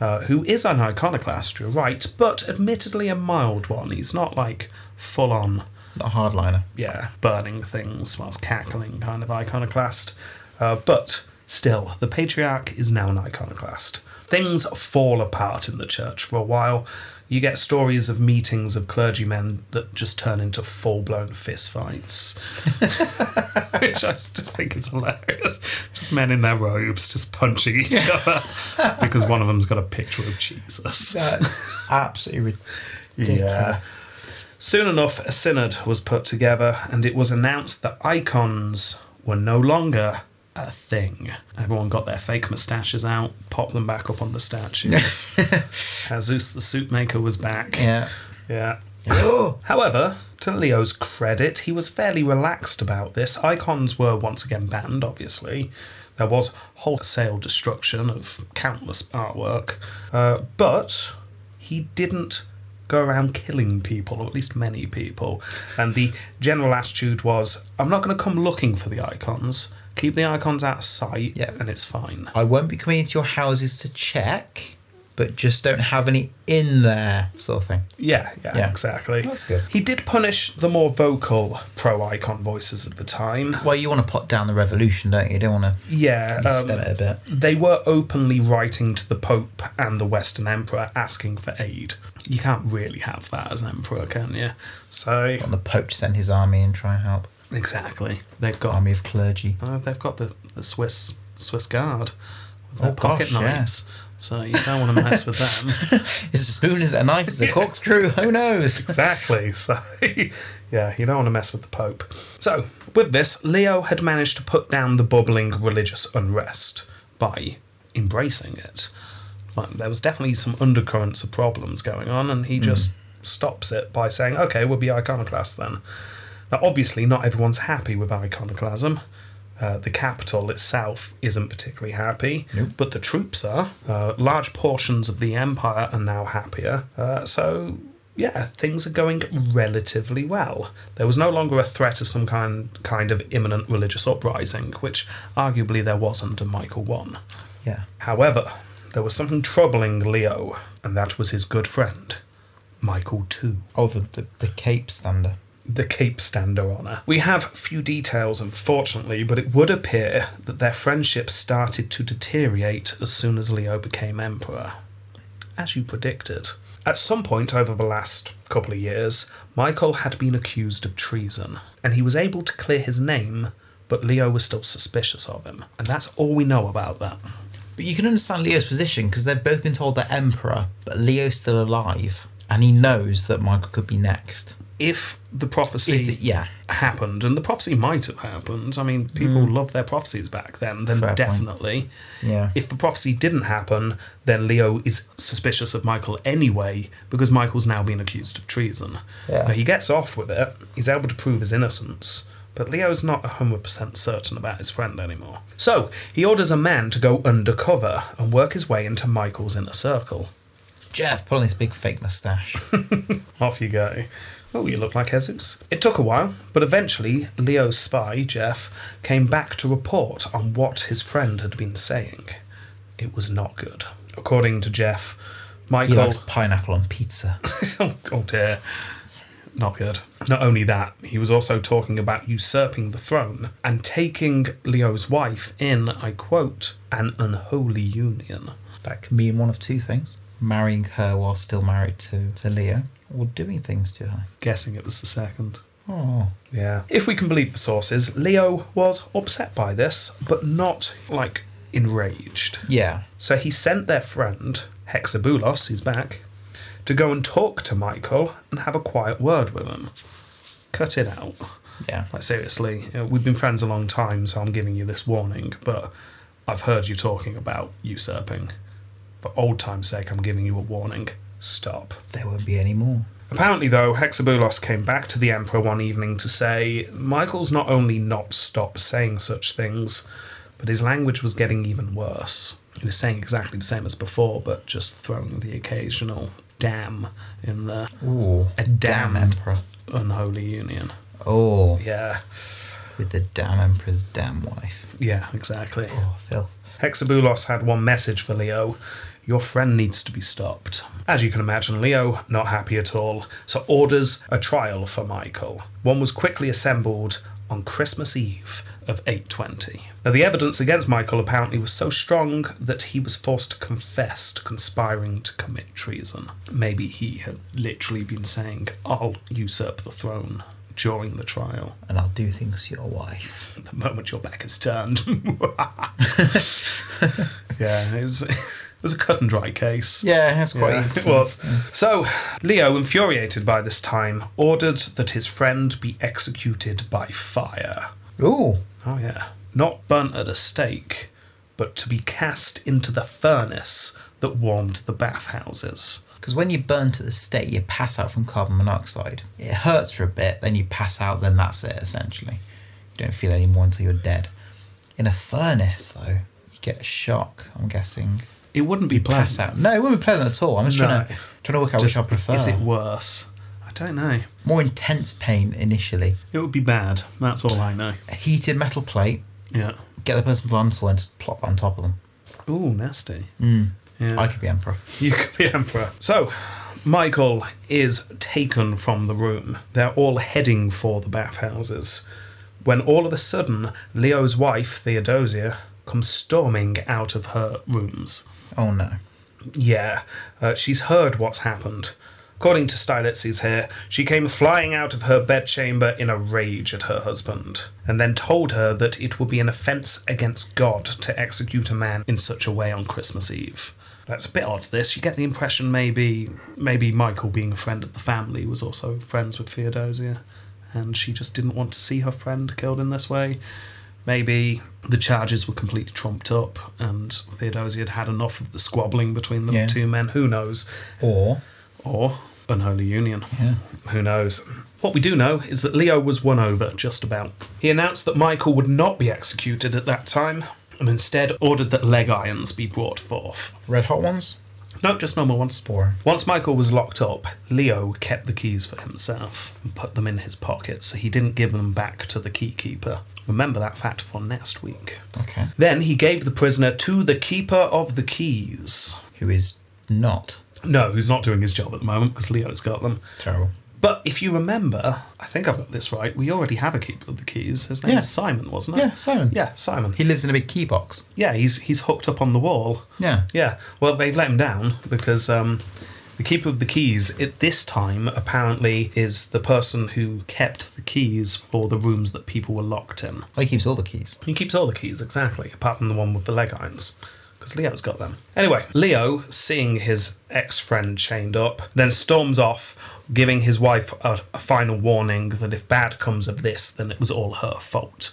Speaker 3: uh, who is an iconoclast, you're right, but admittedly a mild one. He's not like full on
Speaker 2: Not a hardliner.
Speaker 3: yeah, burning things whilst cackling kind of iconoclast. Uh, but still, the patriarch is now an iconoclast. Things fall apart in the church for a while. You get stories of meetings of clergymen that just turn into full blown fistfights, which I just think is hilarious. Just men in their robes just punching each other because one of them's got a picture of Jesus.
Speaker 2: That's absolutely ridiculous.
Speaker 3: Soon enough, a synod was put together, and it was announced that icons were no longer a thing. Everyone got their fake moustaches out, popped them back up on the statues. Jesus the suit maker was back.
Speaker 2: Yeah.
Speaker 3: Yeah.
Speaker 2: Oh,
Speaker 3: However, to Leo's credit, he was fairly relaxed about this. Icons were once again banned, obviously. There was wholesale destruction of countless artwork. Uh, but he didn't go around killing people, or at least many people. And the general attitude was I'm not going to come looking for the icons, keep the icons out of sight,
Speaker 2: Yeah.
Speaker 3: and it's fine.
Speaker 2: I won't be coming into your houses to check, but just don't have any in there, sort of thing.
Speaker 3: Yeah, yeah,
Speaker 2: Yeah.
Speaker 3: exactly.
Speaker 2: That's good.
Speaker 3: He did punish the more vocal pro icon voices at the time.
Speaker 2: Well, you want to pot down the revolution, don't you? You don't want to
Speaker 3: Yeah. um,
Speaker 2: stem it a bit.
Speaker 3: they were openly writing to the Pope and the Western Emperor asking for aid. You can't really have that as an emperor, can you? So
Speaker 2: On the Pope to send his army and try and help.
Speaker 3: exactly, they've got
Speaker 2: Army of clergy.
Speaker 3: uh, they've got the, the Swiss Swiss Guard with all
Speaker 2: Oh,
Speaker 3: pocket
Speaker 2: gosh, yeah.
Speaker 3: knives. So you don't want to mess with them.
Speaker 2: Is it a spoon? Is it a knife? Is it a corkscrew? Who knows?
Speaker 3: Exactly. So yeah, you don't want to mess with the Pope. So with this, Leo had managed to put down the bubbling religious unrest by embracing it. Like, there was definitely some undercurrents of problems going on, and he just stops it by saying, "Okay, we'll be iconoclast then." Now, obviously, not everyone's happy with iconoclasm. Uh, the capital itself isn't particularly happy,
Speaker 2: Nope.
Speaker 3: but the troops are. Uh, large portions of the empire are now happier. Uh, so, yeah, things are going relatively well. There was no longer a threat of some kind kind of imminent religious uprising, which arguably there was under Michael One.
Speaker 2: Yeah.
Speaker 3: However, there was something troubling Leo, and that was his good friend, Michael Two
Speaker 2: Oh, the, the, the cape stander.
Speaker 3: the Cape Stander honour. We have few details, unfortunately, but it would appear that their friendship started to deteriorate as soon as Leo became emperor. As you predicted. At some point over the last couple of years, Michael had been accused of treason, and he was able to clear his name, but Leo was still suspicious of him. And that's all we know about that.
Speaker 2: But you can understand Leo's position because they've both been told they're emperor, but Leo's still alive and he knows that Michael could be next.
Speaker 3: If the prophecy
Speaker 2: If the- yeah,
Speaker 3: happened, and the prophecy might have happened, I mean, people loved their prophecies back then, then
Speaker 2: Hmm. Fair point.
Speaker 3: definitely.
Speaker 2: yeah.
Speaker 3: if the prophecy didn't happen, then Leo is suspicious of Michael anyway because Michael's now been accused of treason.
Speaker 2: Yeah.
Speaker 3: Now, he gets off with it, he's able to prove his innocence, but Leo's not 100% certain about his friend anymore. So, he orders a man to go undercover and work his way into Michael's inner circle.
Speaker 2: Jeff, put on this big fake moustache.
Speaker 3: Off you go. Oh, you look like Jesus. It took a while, but eventually Leo's spy, Jeff, came back to report on what his friend had been saying. It was not good. According to Jeff,
Speaker 2: He
Speaker 3: Michael.
Speaker 2: likes pineapple on pizza.
Speaker 3: oh, oh dear. Not good. Not only that, he was also talking about usurping the throne and taking Leo's wife in, I quote, an unholy union.
Speaker 2: That can mean one of two things marrying her while still married to, to Leo, or doing things to her.
Speaker 3: Guessing it was the second.
Speaker 2: Oh,
Speaker 3: Yeah. If we can believe the sources, Leo was upset by this, but not like enraged.
Speaker 2: yeah.
Speaker 3: So he sent their friend, Hexabulos, he's back, to go and talk to Michael and have a quiet word with him. Cut it out.
Speaker 2: Yeah.
Speaker 3: Like, seriously, you know, we've been friends a long time, so I'm giving you this warning, but I've heard you talking about usurping. For old time's sake, I'm giving you a warning. Stop.
Speaker 2: There won't be any more.
Speaker 3: Apparently, though, Hexabulos came back to the Emperor one evening to say Michael's not only not stopped saying such things, but his language was getting even worse. He was saying exactly the same as before, but just throwing the occasional damn in there.
Speaker 2: Ooh.
Speaker 3: A damn
Speaker 2: Emperor.
Speaker 3: Unholy union.
Speaker 2: Oh.
Speaker 3: Yeah,
Speaker 2: With the damn Emperor's damn wife.
Speaker 3: yeah, exactly.
Speaker 2: Oh, filth.
Speaker 3: Hexabulos had one message for Leo. Your friend needs to be stopped. As you can imagine, Leo, not happy at all, so orders a trial for Michael. One was quickly assembled on Christmas Eve of 820. Now, the evidence against Michael apparently was so strong that he was forced to confess to conspiring to commit treason. Maybe he had literally been saying, I'll usurp the throne during the trial.
Speaker 2: And I'll do things to your wife.
Speaker 3: The moment your back is turned. yeah, it was, it was a cut and dry case.
Speaker 2: Yeah, that's quite
Speaker 3: Yeah,
Speaker 2: easy.
Speaker 3: it was. So, Leo, infuriated by this time, ordered that his friend be executed by fire.
Speaker 2: Ooh.
Speaker 3: Oh, yeah. Not burnt at a stake, but to be cast into the furnace that warmed the bathhouses.
Speaker 2: Because when you burn to the state, you pass out from carbon monoxide. It hurts for a bit, then you pass out, then that's it, essentially. You don't feel any more until you're dead. In a furnace, though, you get a shock, I'm guessing.
Speaker 3: It wouldn't be
Speaker 2: Pass
Speaker 3: pleasant.
Speaker 2: out. No, it wouldn't be pleasant at all. I'm just
Speaker 3: No.
Speaker 2: trying, to, trying to work out
Speaker 3: Just-
Speaker 2: which I prefer.
Speaker 3: Is it worse? I don't know.
Speaker 2: More intense pain initially.
Speaker 3: It would be bad. That's all I know.
Speaker 2: A heated metal plate,
Speaker 3: Yeah.
Speaker 2: get the person's arms full and just plop on top of them.
Speaker 3: Ooh, nasty.
Speaker 2: Mm.
Speaker 3: Yeah.
Speaker 2: I could be emperor.
Speaker 3: You could be emperor. So, Michael is taken from the room. They're all heading for the bathhouses. When all of a sudden, Leo's wife, Theodosia, comes storming out of her rooms.
Speaker 2: Oh no.
Speaker 3: Yeah, uh, she's heard what's happened. According to Stylitzes here, she came flying out of her bedchamber in a rage at her husband, and then told her that it would be an offence against God to execute a man in such a way on Christmas Eve. That's a bit odd. This you get the impression maybe maybe Michael, being a friend of the family, was also friends with Theodosia, and she just didn't want to see her friend killed in this way. Maybe the charges were completely trumped up, and Theodosia had had enough of the squabbling between the
Speaker 2: Yeah.
Speaker 3: two men. Who knows?
Speaker 2: Or
Speaker 3: Or unholy union.
Speaker 2: yeah.
Speaker 3: Who knows? What we do know is that Leo was won over, just about. He announced that Michael would not be executed at that time, and instead ordered that leg irons be brought forth.
Speaker 2: red hot ones.
Speaker 3: No, just normal ones.
Speaker 2: Or
Speaker 3: Once Michael was locked up, Leo kept the keys for himself and put them in his pocket, so he didn't give them back to the keykeeper. Remember that fact for next week.
Speaker 2: okay.
Speaker 3: Then he gave the prisoner to the keeper of the keys.
Speaker 2: Who is not
Speaker 3: No, who's not doing his job at the moment because Leo's got them.
Speaker 2: terrible?
Speaker 3: But if you remember, I think I've got this right. We already have a keeper of the keys. His name
Speaker 2: Yeah.
Speaker 3: is Simon, wasn't it?
Speaker 2: Yeah, Simon.
Speaker 3: Yeah, Simon.
Speaker 2: He lives in a big key box.
Speaker 3: Yeah, he's he's hooked up on the wall.
Speaker 2: Yeah.
Speaker 3: Yeah, well, they've let him down because um, the keeper of the keys at this time apparently is the person who kept the keys for the rooms that people were locked in.
Speaker 2: Well, he keeps all the keys.
Speaker 3: He keeps all the keys, exactly, apart from the one with the leg irons. Because Leo's got them. Anyway, Leo, seeing his ex friend chained up, then storms off, giving his wife a, a final warning that if bad comes of this, then it was all her fault.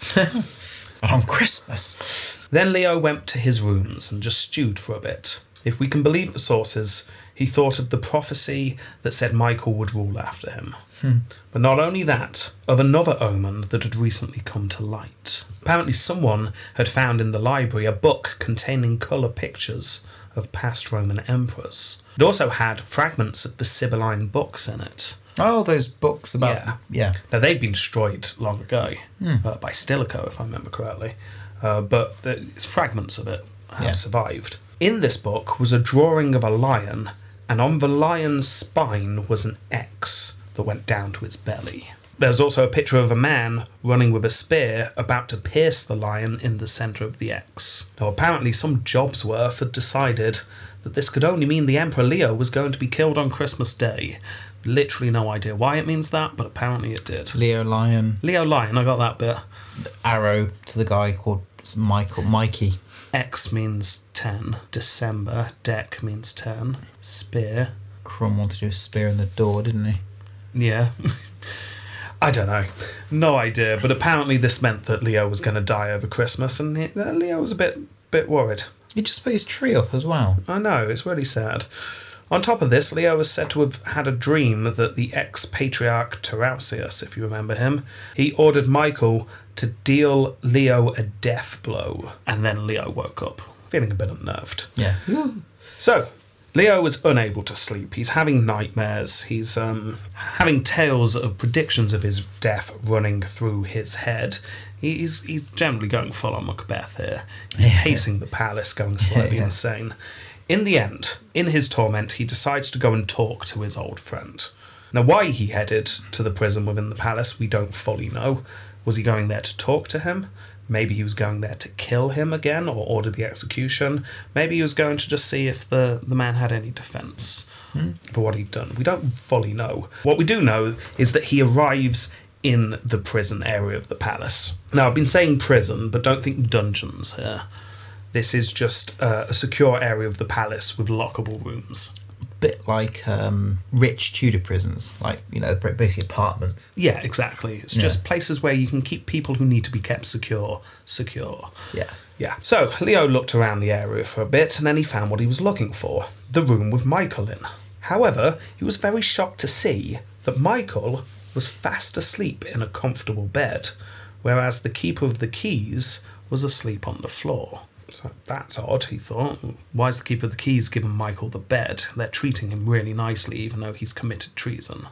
Speaker 2: But on Christmas.
Speaker 3: Then Leo went to his rooms and just stewed for a bit. If we can believe the sources, he thought of the prophecy that said Michael would rule after him. But not only that, of another omen that had recently come to light. Apparently, someone had found in the library a book containing colour pictures of past Roman emperors. It also had fragments of the Sibylline books in it.
Speaker 2: Oh, those books about
Speaker 3: Yeah.
Speaker 2: yeah.
Speaker 3: Now they've been destroyed long ago uh, by Stilicho, if I remember correctly, uh, but the, it's fragments of it have
Speaker 2: Yeah.
Speaker 3: survived. In this book was a drawing of a lion, and on the lion's spine was an X that went down to its belly. There was also a picture of a man running with a spear about to pierce the lion in the centre of the X. Now, apparently, some Jobsworth had decided that this could only mean the Emperor Leo was going to be killed on Christmas Day. Literally, no idea why it means that, but apparently it did.
Speaker 2: Leo Lion
Speaker 3: Leo Lion, I got that bit.
Speaker 2: arrow to the guy called Michael Mikey.
Speaker 3: X means 10. December. Deck means 10. Spear.
Speaker 2: Crumb wanted to do a spear in the door, didn't he?
Speaker 3: Yeah. I don't know. No idea, but apparently this meant that Leo was going to die over Christmas, and he, uh, Leo was a bit bit worried.
Speaker 2: He just put his tree up as well.
Speaker 3: I know, it's really sad. On top of this, Leo is said to have had a dream that the ex patriarch Tarausius, if you remember him, he ordered Michael to deal Leo a death blow, and then Leo woke up, feeling a bit unnerved.
Speaker 2: Yeah.
Speaker 3: So, Leo is unable to sleep. He's having nightmares. He's um, having tales of predictions of his death running through his head. He- He's, he's generally going full on Macbeth here. He's pacing the palace, going slightly
Speaker 2: yeah.
Speaker 3: insane. In the end, in his torment, he decides to go and talk to his old friend. Now, why he headed to the prison within the palace, we don't fully know. Was he going there to talk to him? Maybe he was going there to kill him again or order the execution. Maybe he was going to just see if the, the man had any defense for what he'd done. We don't fully know. What we do know is that he arrives in the prison area of the palace. Now, I've been saying prison, but don't think dungeons here. This is just uh, a secure area of the palace with lockable rooms.
Speaker 2: Bit like um, rich Tudor prisons, like you know, they're basically apartments.
Speaker 3: Yeah, exactly. It's just places where you can keep people who need to be kept secure, secure.
Speaker 2: Yeah.
Speaker 3: Yeah. So Leo looked around the area for a bit and then he found what he was looking for the room with Michael in. However, he was very shocked to see that Michael was fast asleep in a comfortable bed, whereas the keeper of the keys was asleep on the floor. So that's odd, he thought. Why is the keeper of the keys giving Michael the bed? They're treating him really nicely, even though he's committed treason.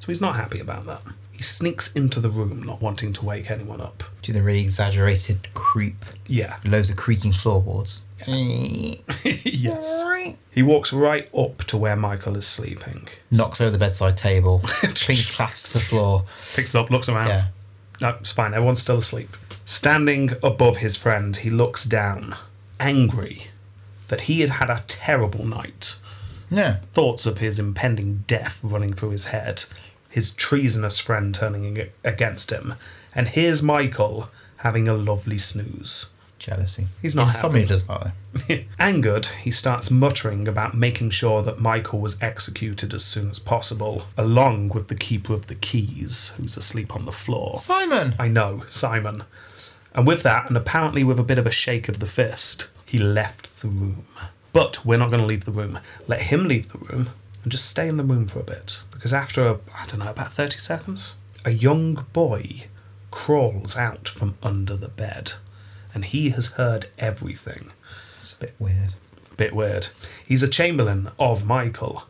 Speaker 3: So he's not happy about that. He sneaks into the room, not wanting to wake anyone up.
Speaker 2: Do the really exaggerated creep,
Speaker 3: Yeah.
Speaker 2: loads of creaking floorboards.
Speaker 3: yes. He walks right up to where Michael is sleeping.
Speaker 2: Knocks over the bedside table, things claps to the floor.
Speaker 3: Picks it up, looks around.
Speaker 2: Yeah.
Speaker 3: No, it's fine. Everyone's still asleep. Standing above his friend, he looks down, angry that he had had a terrible night.
Speaker 2: No.
Speaker 3: Thoughts of his impending death running through his head, his treasonous friend turning ag- against him, and here's Michael having a lovely snooze.
Speaker 2: Jealousy.
Speaker 3: He's not
Speaker 2: Insomnia
Speaker 3: happy.
Speaker 2: does that though.
Speaker 3: Angered, he starts muttering about making sure that Michael was executed as soon as possible, along with the keeper of the keys, who's asleep on the floor.
Speaker 2: Simon.
Speaker 3: I know, Simon. And with that, and apparently with a bit of a shake of the fist, he left the room. But we're not going to leave the room. Let him leave the room and just stay in the room for a bit. Because after, a, I don't know, about 30 seconds, a young boy crawls out from under the bed. And he has heard everything
Speaker 2: It's a bit weird.
Speaker 3: bit weird. He's a chamberlain of Michael.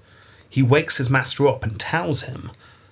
Speaker 3: He wakes his master up and tells him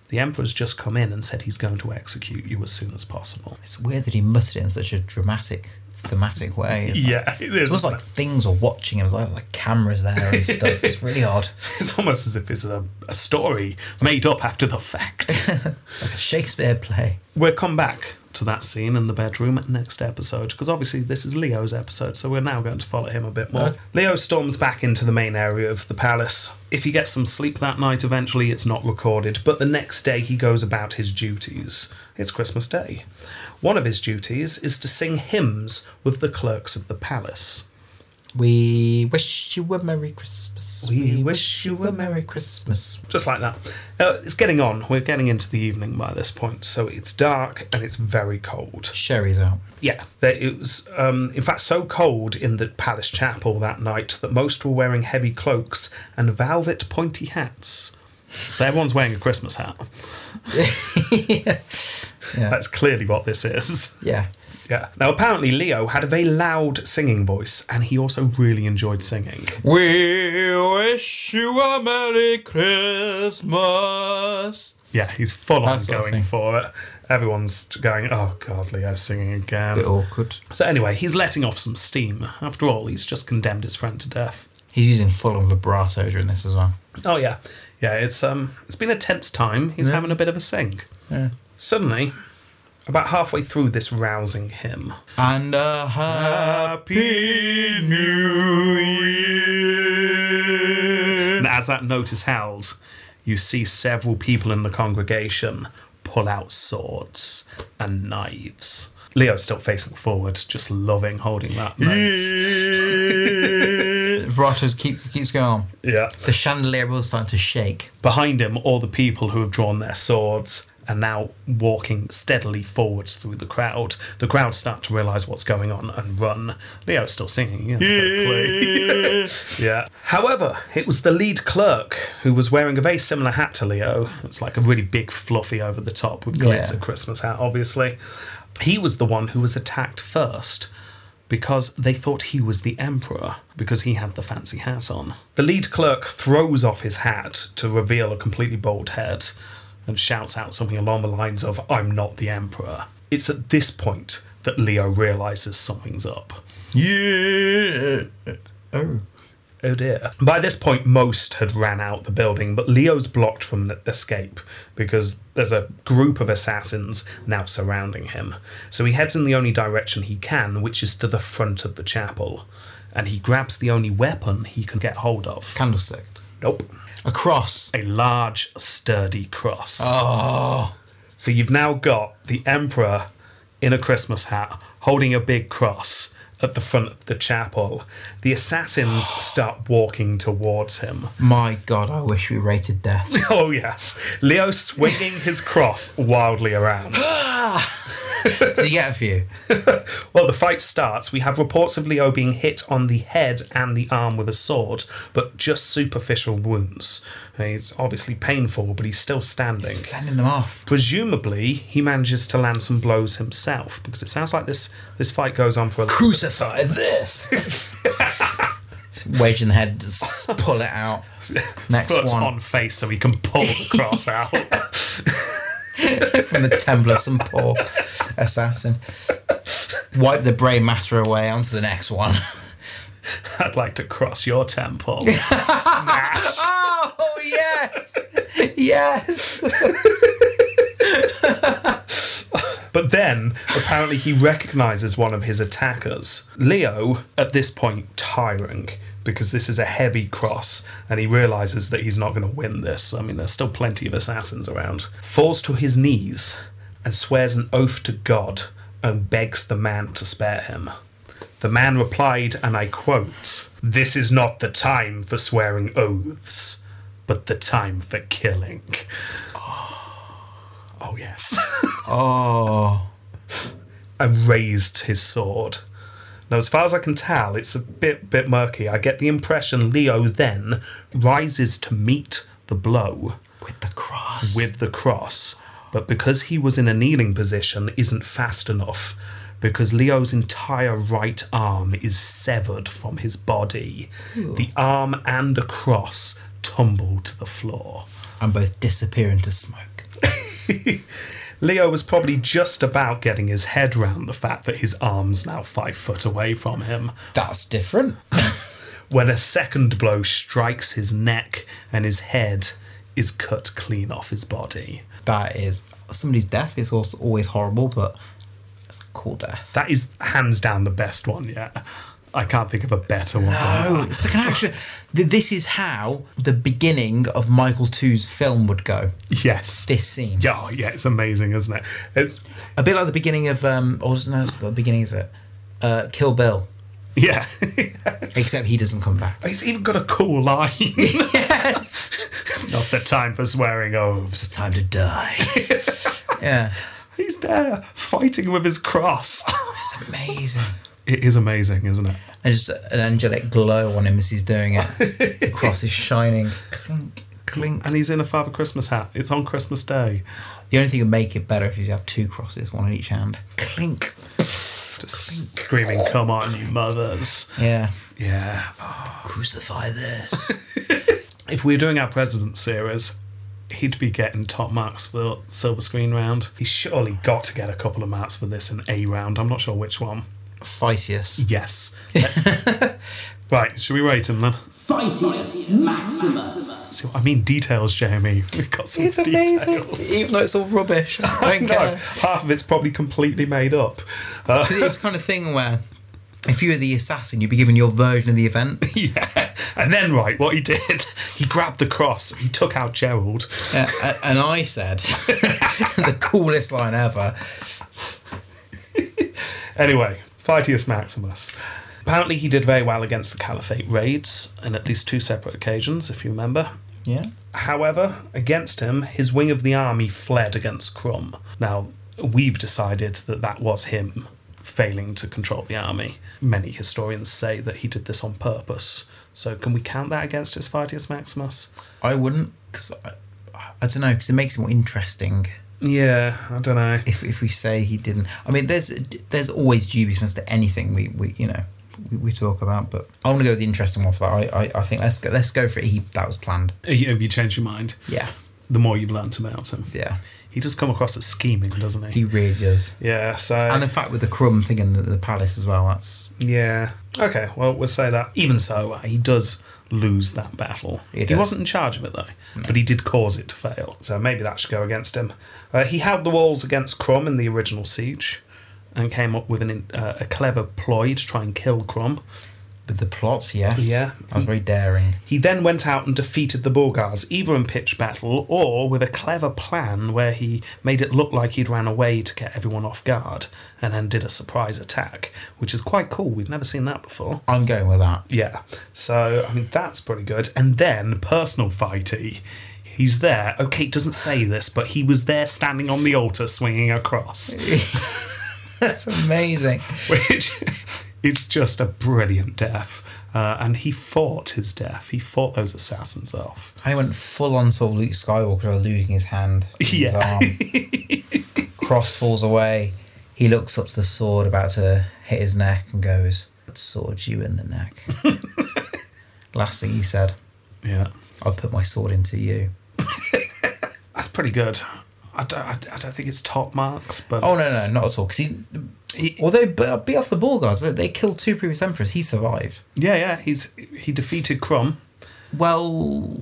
Speaker 3: the emperor's just come in and said he's going to execute you as soon as possible.
Speaker 2: It's weird that he muttered it in such a dramatic, thematic way. It's like-
Speaker 3: yeah, it is.
Speaker 2: it was like things were watching him. It was like, it was like cameras there and stuff. It's really odd.
Speaker 3: it's almost as if it's a, a story made up after the fact.
Speaker 2: It's like a Shakespeare play.
Speaker 3: we'll come back to that scene in the bedroom next episode because obviously this is Leo's episode, so we're now going to follow him a bit more.
Speaker 2: Okay.
Speaker 3: Leo storms back into the main area of the palace. If he gets some sleep that night, eventually it's not recorded, but the next day he goes about his duties. It's Christmas Day. One of his duties is to sing hymns with the clerks of the palace.
Speaker 2: We wish you a Merry Christmas.
Speaker 3: We wish you a Merry
Speaker 2: Christmas.
Speaker 3: just like that. Uh, it's getting on. We're getting into the evening by this point, so it's dark and it's very cold.
Speaker 2: Sherry's out.
Speaker 3: Yeah, there, it was um, in fact so cold in the palace chapel that night that most were wearing heavy cloaks and velvet pointy hats. So everyone's wearing a Christmas hat.
Speaker 2: yeah.
Speaker 3: That's clearly what this is.
Speaker 2: yeah.
Speaker 3: Yeah. Now apparently Leo had a very loud singing voice, and he also really enjoyed singing.
Speaker 2: We wish you a Merry Christmas.
Speaker 3: Yeah, he's full on
Speaker 2: That sort of
Speaker 3: going
Speaker 2: thing.
Speaker 3: for it. Everyone's going, oh god, Leo's singing again.
Speaker 2: bit awkward.
Speaker 3: So anyway, he's letting off some steam. After all, he's just condemned his friend to death.
Speaker 2: He's using full on vibrato during this as well.
Speaker 3: Oh yeah, yeah. It's um, it's been a tense time. He's having a bit of a sing.
Speaker 2: Yeah.
Speaker 3: Suddenly, about halfway through this rousing hymn,
Speaker 2: And uh, a happy new year.
Speaker 3: and as that note is held, you see several people in the congregation pull out swords and knives. Leo's still facing forward, just loving holding that note.
Speaker 2: Vibrato's keep keeps going. on.
Speaker 3: Yeah.
Speaker 2: The chandelier was starting to shake.
Speaker 3: Behind him, all the people who have drawn their swords and now walking steadily forwards through the crowd. The crowd start to realise what's going on and run. Leo's still singing. you know, quickly. yeah. However, it was the lead clerk who was wearing a very similar hat to Leo. It's like a really big, fluffy, over the top with glitter
Speaker 2: Yeah.
Speaker 3: Christmas hat, obviously. He was the one who was attacked first because they thought he was the emperor because he had the fancy hat on. The lead clerk throws off his hat to reveal a completely bald head and shouts out something along the lines of, I'm not the emperor. It's at this point that Leo realizes something's up.
Speaker 2: Yeah. Oh.
Speaker 3: Oh dear. By this point, most had ran out the building, but Leo's blocked from the escape because there's a group of assassins now surrounding him. So he heads in the only direction he can, which is to the front of the chapel. And he grabs the only weapon he can get hold of.
Speaker 2: Candlestick.
Speaker 3: Nope.
Speaker 2: A cross.
Speaker 3: A large, sturdy cross.
Speaker 2: Oh.
Speaker 3: So you've now got the Emperor in a Christmas hat holding a big cross at the front of the chapel. The assassins start walking towards him.
Speaker 2: My God, I wish we rated death.
Speaker 3: Oh, yes. Leo swinging his cross wildly around.
Speaker 2: Did you get a few?
Speaker 3: Well, the fight starts. We have reports of Leo being hit on the head and the arm with a sword, but just superficial wounds. Uh, It's obviously painful, but he's still standing.
Speaker 2: Fending them off.
Speaker 3: Presumably, he manages to land some blows himself, because it sounds like this, this fight goes on for a little
Speaker 2: Crucify this. Wedge in the head, just pull it out. Next
Speaker 3: foot
Speaker 2: one
Speaker 3: on face so he can pull the cross out.
Speaker 2: from the temple of some poor assassin. Wipe the brain matter away onto the next one.
Speaker 3: I'd like to cross your temple. Smash.
Speaker 2: Oh yes, yes.
Speaker 3: But then, apparently, he recognizes one of his attackers. Leo, at this point, tiring because this is a heavy cross and he realizes that he's not going to win this. I mean, there's still plenty of assassins around. Falls to his knees and swears an oath to God and begs the man to spare him. The man replied, and I quote, This is not the time for swearing oaths, but the time for killing. Oh, yes.
Speaker 2: Oh,
Speaker 3: and raised his sword. Now, as far as I can tell, it's a bit bit murky. I get the impression Leo then rises to meet the blow
Speaker 2: with the cross.
Speaker 3: with the cross, but because he was in a kneeling position, isn't fast enough. Because Leo's entire right arm is severed from his body, the arm and the cross tumble to the floor.
Speaker 2: and both disappear into smoke.
Speaker 3: Leo was probably just about getting his head round the fact that his arm's now five foot away from him,
Speaker 2: That's different.
Speaker 3: when a second blow strikes his neck and his head is cut clean off his body.
Speaker 2: That is somebody's death is also always horrible, but it's a cool death.
Speaker 3: That is hands down the best one yet. I can't think of a better one.
Speaker 2: Oh, it's like an action. th- This is how the beginning of Michael Two's film would go.
Speaker 3: Yes.
Speaker 2: This scene,
Speaker 3: Yeah, oh, yeah, it's amazing, isn't it? It's
Speaker 2: a bit like the beginning of um, or no, it's not the beginning is it? Uh, Kill Bill,
Speaker 3: yeah.
Speaker 2: except he doesn't come back.
Speaker 3: He's even got a cool line.
Speaker 2: yes,
Speaker 3: Not the time for swearing oaths.
Speaker 2: time to die. yeah,
Speaker 3: He's there fighting with his cross.
Speaker 2: it's amazing.
Speaker 3: it is amazing, isn't it?
Speaker 2: And just an angelic glow on him as he's doing it. The cross is shining. Clink, clink.
Speaker 3: And he's in a Father Christmas hat. It's on Christmas Day.
Speaker 2: The only thing would make it better if you have two crosses, one in each hand. Clink.
Speaker 3: Just screaming, come on, you mothers.
Speaker 2: Yeah.
Speaker 3: Yeah.
Speaker 2: Crucify this.
Speaker 3: if we were doing our president series, he'd be getting top marks for silver screen round. He's surely got to get a couple of marks for this in A round. I'm not sure which one.
Speaker 2: Physius.
Speaker 3: Yes. right, should we rate him then?
Speaker 1: Fightius Maximus.
Speaker 3: I mean, details, Jamie. We've got some
Speaker 2: It's
Speaker 3: details.
Speaker 2: amazing. Even though it's all rubbish. I don't
Speaker 3: No,
Speaker 2: care.
Speaker 3: half of it's probably completely made up. Uh,
Speaker 2: It's the kind of thing where if you were the assassin, you'd be given your version of the event.
Speaker 3: yeah. And then, right, what he did, he grabbed the cross, he took out Gerald.
Speaker 2: Uh, a- and I said, the coolest line ever.
Speaker 3: Anyway, Fightius Maximus. Apparently, he did very well against the Caliphate raids in at least two separate occasions, if you remember.
Speaker 2: Yeah.
Speaker 3: However, against him, his wing of the army fled against Crum. Now, we've decided that that was him failing to control the army. Many historians say that he did this on purpose. So, can we count that against Asphidius Maximus?
Speaker 2: I wouldn't, because I, I don't know, because it makes it more interesting
Speaker 3: Yeah, I don't know.
Speaker 2: if, if we say he didn't. I mean, there's there's always dubiousness to anything we, we you know we, we talk about, but I want to go with the interesting one for that. I, I, I think let's go let's go for it. He that was planned.
Speaker 3: You, you change your mind
Speaker 2: Yeah,
Speaker 3: the more you've learnt about him.
Speaker 2: yeah,
Speaker 3: He does come across as scheming, doesn't he?
Speaker 2: he really does.
Speaker 3: yeah, so.
Speaker 2: And the fact with the crumb thing in the, the palace as well. That's
Speaker 3: yeah. Okay, well, we'll say that. Even so, uh, he does lose that battle.
Speaker 2: He
Speaker 3: He,
Speaker 2: does.
Speaker 3: wasn't in charge of it, though, but he did cause it to fail. So maybe that should go against him. Uh, he held the walls against Crom in the original siege and came up with an, in- uh, a clever ploy to try and kill Crom.
Speaker 2: with the plot. Yes.
Speaker 3: Yeah.
Speaker 2: That was very daring.
Speaker 3: He then went out and defeated the Bulgars, either in pitched battle or with a clever plan where he made it look like he'd ran away to get everyone off guard and then did a surprise attack, which is quite cool. We've never seen that before.
Speaker 2: I'm going with that.
Speaker 3: Yeah, so I mean, that's pretty good. And then personal fighty. He's there. Okay, it doesn't say this, but he was there standing on the altar swinging a cross,
Speaker 2: That's amazing.
Speaker 3: which it's just a brilliant death. Uh, and he fought his death. He fought those assassins off.
Speaker 2: I went full on sort of Luke Skywalker eluding his hand, with his
Speaker 3: Yeah.
Speaker 2: arm. Cross falls away. He looks up to the sword about to hit his neck and goes, "What sword you in the neck?" Last thing he said,
Speaker 3: Yeah.
Speaker 2: "I'll put my sword into you."
Speaker 3: That's pretty good. I don't, I, I don't think it's top marks, but.
Speaker 2: Oh no, no, not at all. Because he,
Speaker 3: He,
Speaker 2: although but be off the Bulgars, they- they killed two previous emperors. He survived.
Speaker 3: yeah, yeah, he's he defeated Crum.
Speaker 2: Well,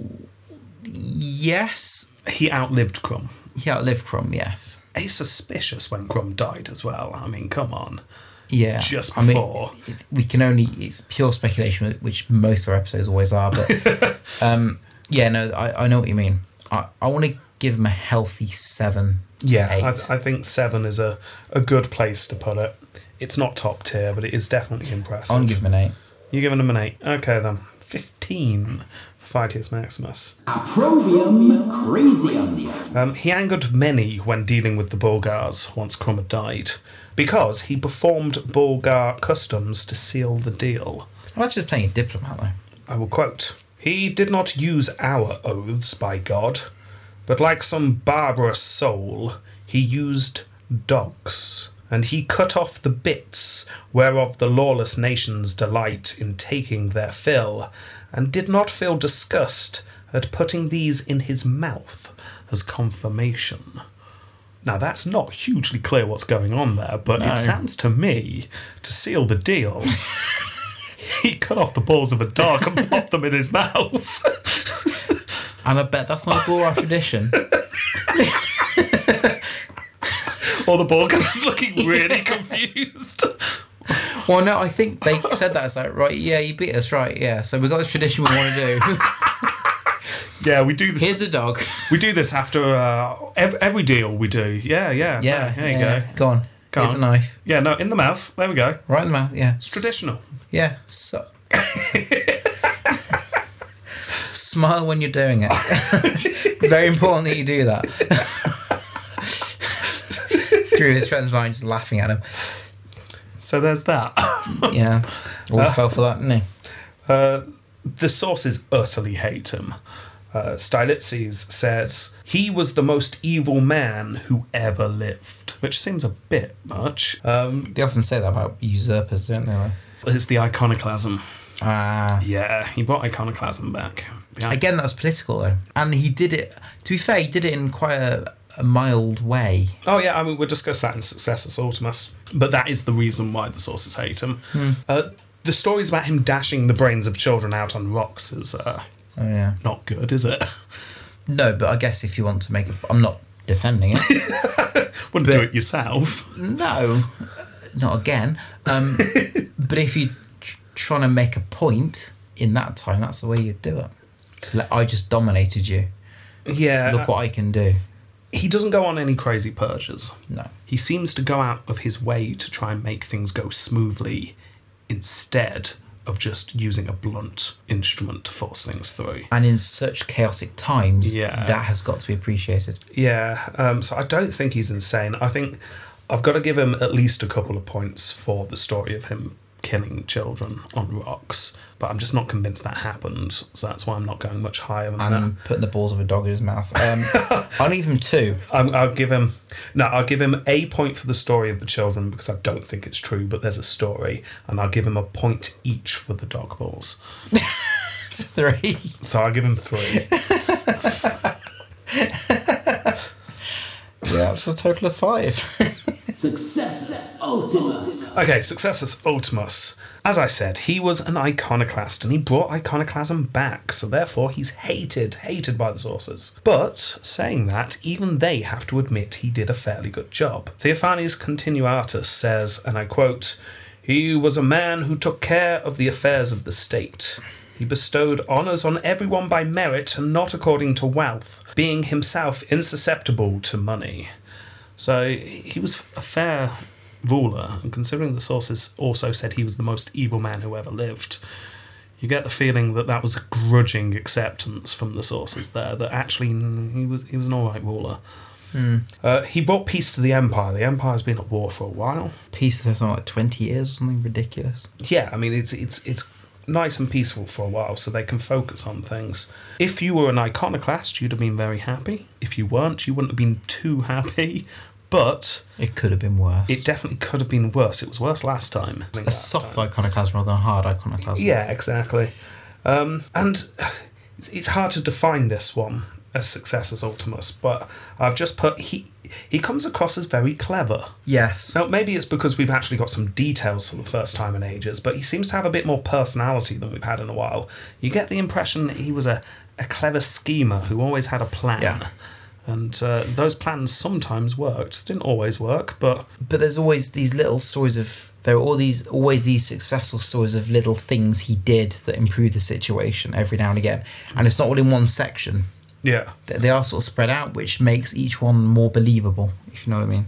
Speaker 2: yes,
Speaker 3: He outlived Crum.
Speaker 2: he outlived Crom. Yes,
Speaker 3: It's suspicious when Crum died as well. I mean, come on.
Speaker 2: yeah.
Speaker 3: Just
Speaker 2: I mean,
Speaker 3: before.
Speaker 2: it- we can only it's pure speculation, which most of our episodes always are. But um, yeah, no, I, I know what you mean. I, I want to give him a healthy seven. to eight.
Speaker 3: I, I think seven is a, a good place to put it. It's not top tier, but it is definitely impressive.
Speaker 2: I'll give him an eight.
Speaker 3: You're giving him an eight. Okay, then. 15 for Phytius Maximus.
Speaker 1: Approvium Crazium.
Speaker 3: Um, he angered many when dealing with the Bulgars once Crum had died, because he performed Bulgar customs to seal the deal.
Speaker 2: I'm actually just playing a diplomat though.
Speaker 3: I will quote He did not use our oaths by God, but like some barbarous soul, he used dogs, and he cut off the bits whereof the lawless nations delight in taking their fill, and did not feel disgust at putting these in his mouth as confirmation. Now, that's not hugely clear what's going on there, but
Speaker 2: No.
Speaker 3: it sounds to me to seal the deal. he cut off the balls of a dog and popped them in his mouth.
Speaker 2: And I bet that's not a Bulgar tradition.
Speaker 3: Or Oh, the ball guy's looking really confused.
Speaker 2: Well, no, I think they said that. It's like, right, yeah, you beat us, right, yeah. So we got this tradition we want to do.
Speaker 3: yeah, we do this.
Speaker 2: Here's a dog.
Speaker 3: we do this after uh, ev- every deal we do. Yeah, yeah.
Speaker 2: Yeah,
Speaker 3: There you
Speaker 2: yeah.
Speaker 3: go.
Speaker 2: Go on.
Speaker 3: Go
Speaker 2: Here's
Speaker 3: on.
Speaker 2: a knife.
Speaker 3: Yeah, no, in the mouth. There we go.
Speaker 2: Right in the mouth, yeah. It's
Speaker 3: Traditional.
Speaker 2: Yeah. So... Smile when you're doing it. Very important that you do that. Drew, his friend's mind just laughing at him.
Speaker 3: So there's that.
Speaker 2: Yeah. All fell for that, didn't he?
Speaker 3: Uh, the sources utterly hate him. Uh, Stylitzes says he was the most evil man who ever lived, which seems a bit much. Um,
Speaker 2: They often say that about usurpers, don't they? Like,
Speaker 3: it's the iconoclasm.
Speaker 2: Ah.
Speaker 3: Yeah, he brought iconoclasm back. The
Speaker 2: Again, that's political, though. And he did it, to be fair, he did it in quite a, a mild way.
Speaker 3: Oh yeah, I mean we'll discuss that in Successus Ultimus, but that is the reason why the sources hate him. Uh, the stories about him dashing the brains of children out on rocks is uh,
Speaker 2: Oh, yeah.
Speaker 3: not good, is it?
Speaker 2: No, but I guess if you want to make a. I'm not defending it.
Speaker 3: Wouldn't do it yourself.
Speaker 2: No, not again. Um, but if you're tr- trying to make a point in that time, that's the way you do it. Like, I just dominated you.
Speaker 3: Yeah,
Speaker 2: Look what I can do.
Speaker 3: he doesn't go on any crazy purges.
Speaker 2: No.
Speaker 3: He seems to go out of his way to try and make things go smoothly instead of just using a blunt instrument to force things through.
Speaker 2: And in such chaotic times,
Speaker 3: Yeah.
Speaker 2: that has got to be appreciated.
Speaker 3: Yeah, um, so I don't think he's insane. I think I've got to give him at least a couple of points for the story of him killing children on rocks, but I'm just not convinced that happened, so that's why I'm not going much higher than
Speaker 2: And
Speaker 3: that.
Speaker 2: putting the balls of a dog in his mouth. Um, I'll leave him two.
Speaker 3: I'm, I'll give him no. I'll give him a point for the story of the children because I don't think it's true, but there's a story, and I'll give him a point each for the dog balls.
Speaker 2: Three.
Speaker 3: So I'll give him three.
Speaker 2: Yeah, that's a total of five.
Speaker 1: Successus Ultimus.
Speaker 3: Okay, Successus Ultimus. As I said, he was an iconoclast and he brought iconoclasm back, so therefore he's hated, hated by the sources. But, saying that, even they have to admit he did a fairly good job. Theophanes Continuatus says, and I quote, He was a man who took care of the affairs of the state. He bestowed honours on everyone by merit and not according to wealth, being himself insusceptible to money. So he was a fair ruler, and considering the sources also said he was the most evil man who ever lived, you get the feeling that that was a grudging acceptance from the sources there. That actually mm, he was he was an all right ruler. Uh, he brought peace to the empire. The empire's been at war for a while.
Speaker 2: Peace for something like 20 years or something ridiculous.
Speaker 3: Yeah, I mean it's it's it's nice and peaceful for a while, so they can focus on things. If you were an iconoclast, you'd have been very happy. If you weren't, you wouldn't have been too happy. But
Speaker 2: It could have been worse.
Speaker 3: It definitely could have been worse. It was worse last time.
Speaker 2: a soft iconoclasm rather than a hard iconoclasm.
Speaker 3: Yeah, exactly. Um, and it's- it's hard to define this one as success as Ultimus, but I've just put he he comes across as very clever.
Speaker 2: Yes.
Speaker 3: Now maybe it's because we've actually got some details for the first time in ages, but he seems to have a bit more personality than we've had in a while. You get the impression that he was a, a clever schemer who always had a plan.
Speaker 2: Yeah.
Speaker 3: And uh, those plans sometimes worked. Didn't always work, but
Speaker 2: but there's always these little stories of there are all these always these successful stories of little things he did that improved the situation every now and again and it's not all in one section
Speaker 3: yeah.
Speaker 2: They- they are sort of spread out which makes each one more believable if you know what i mean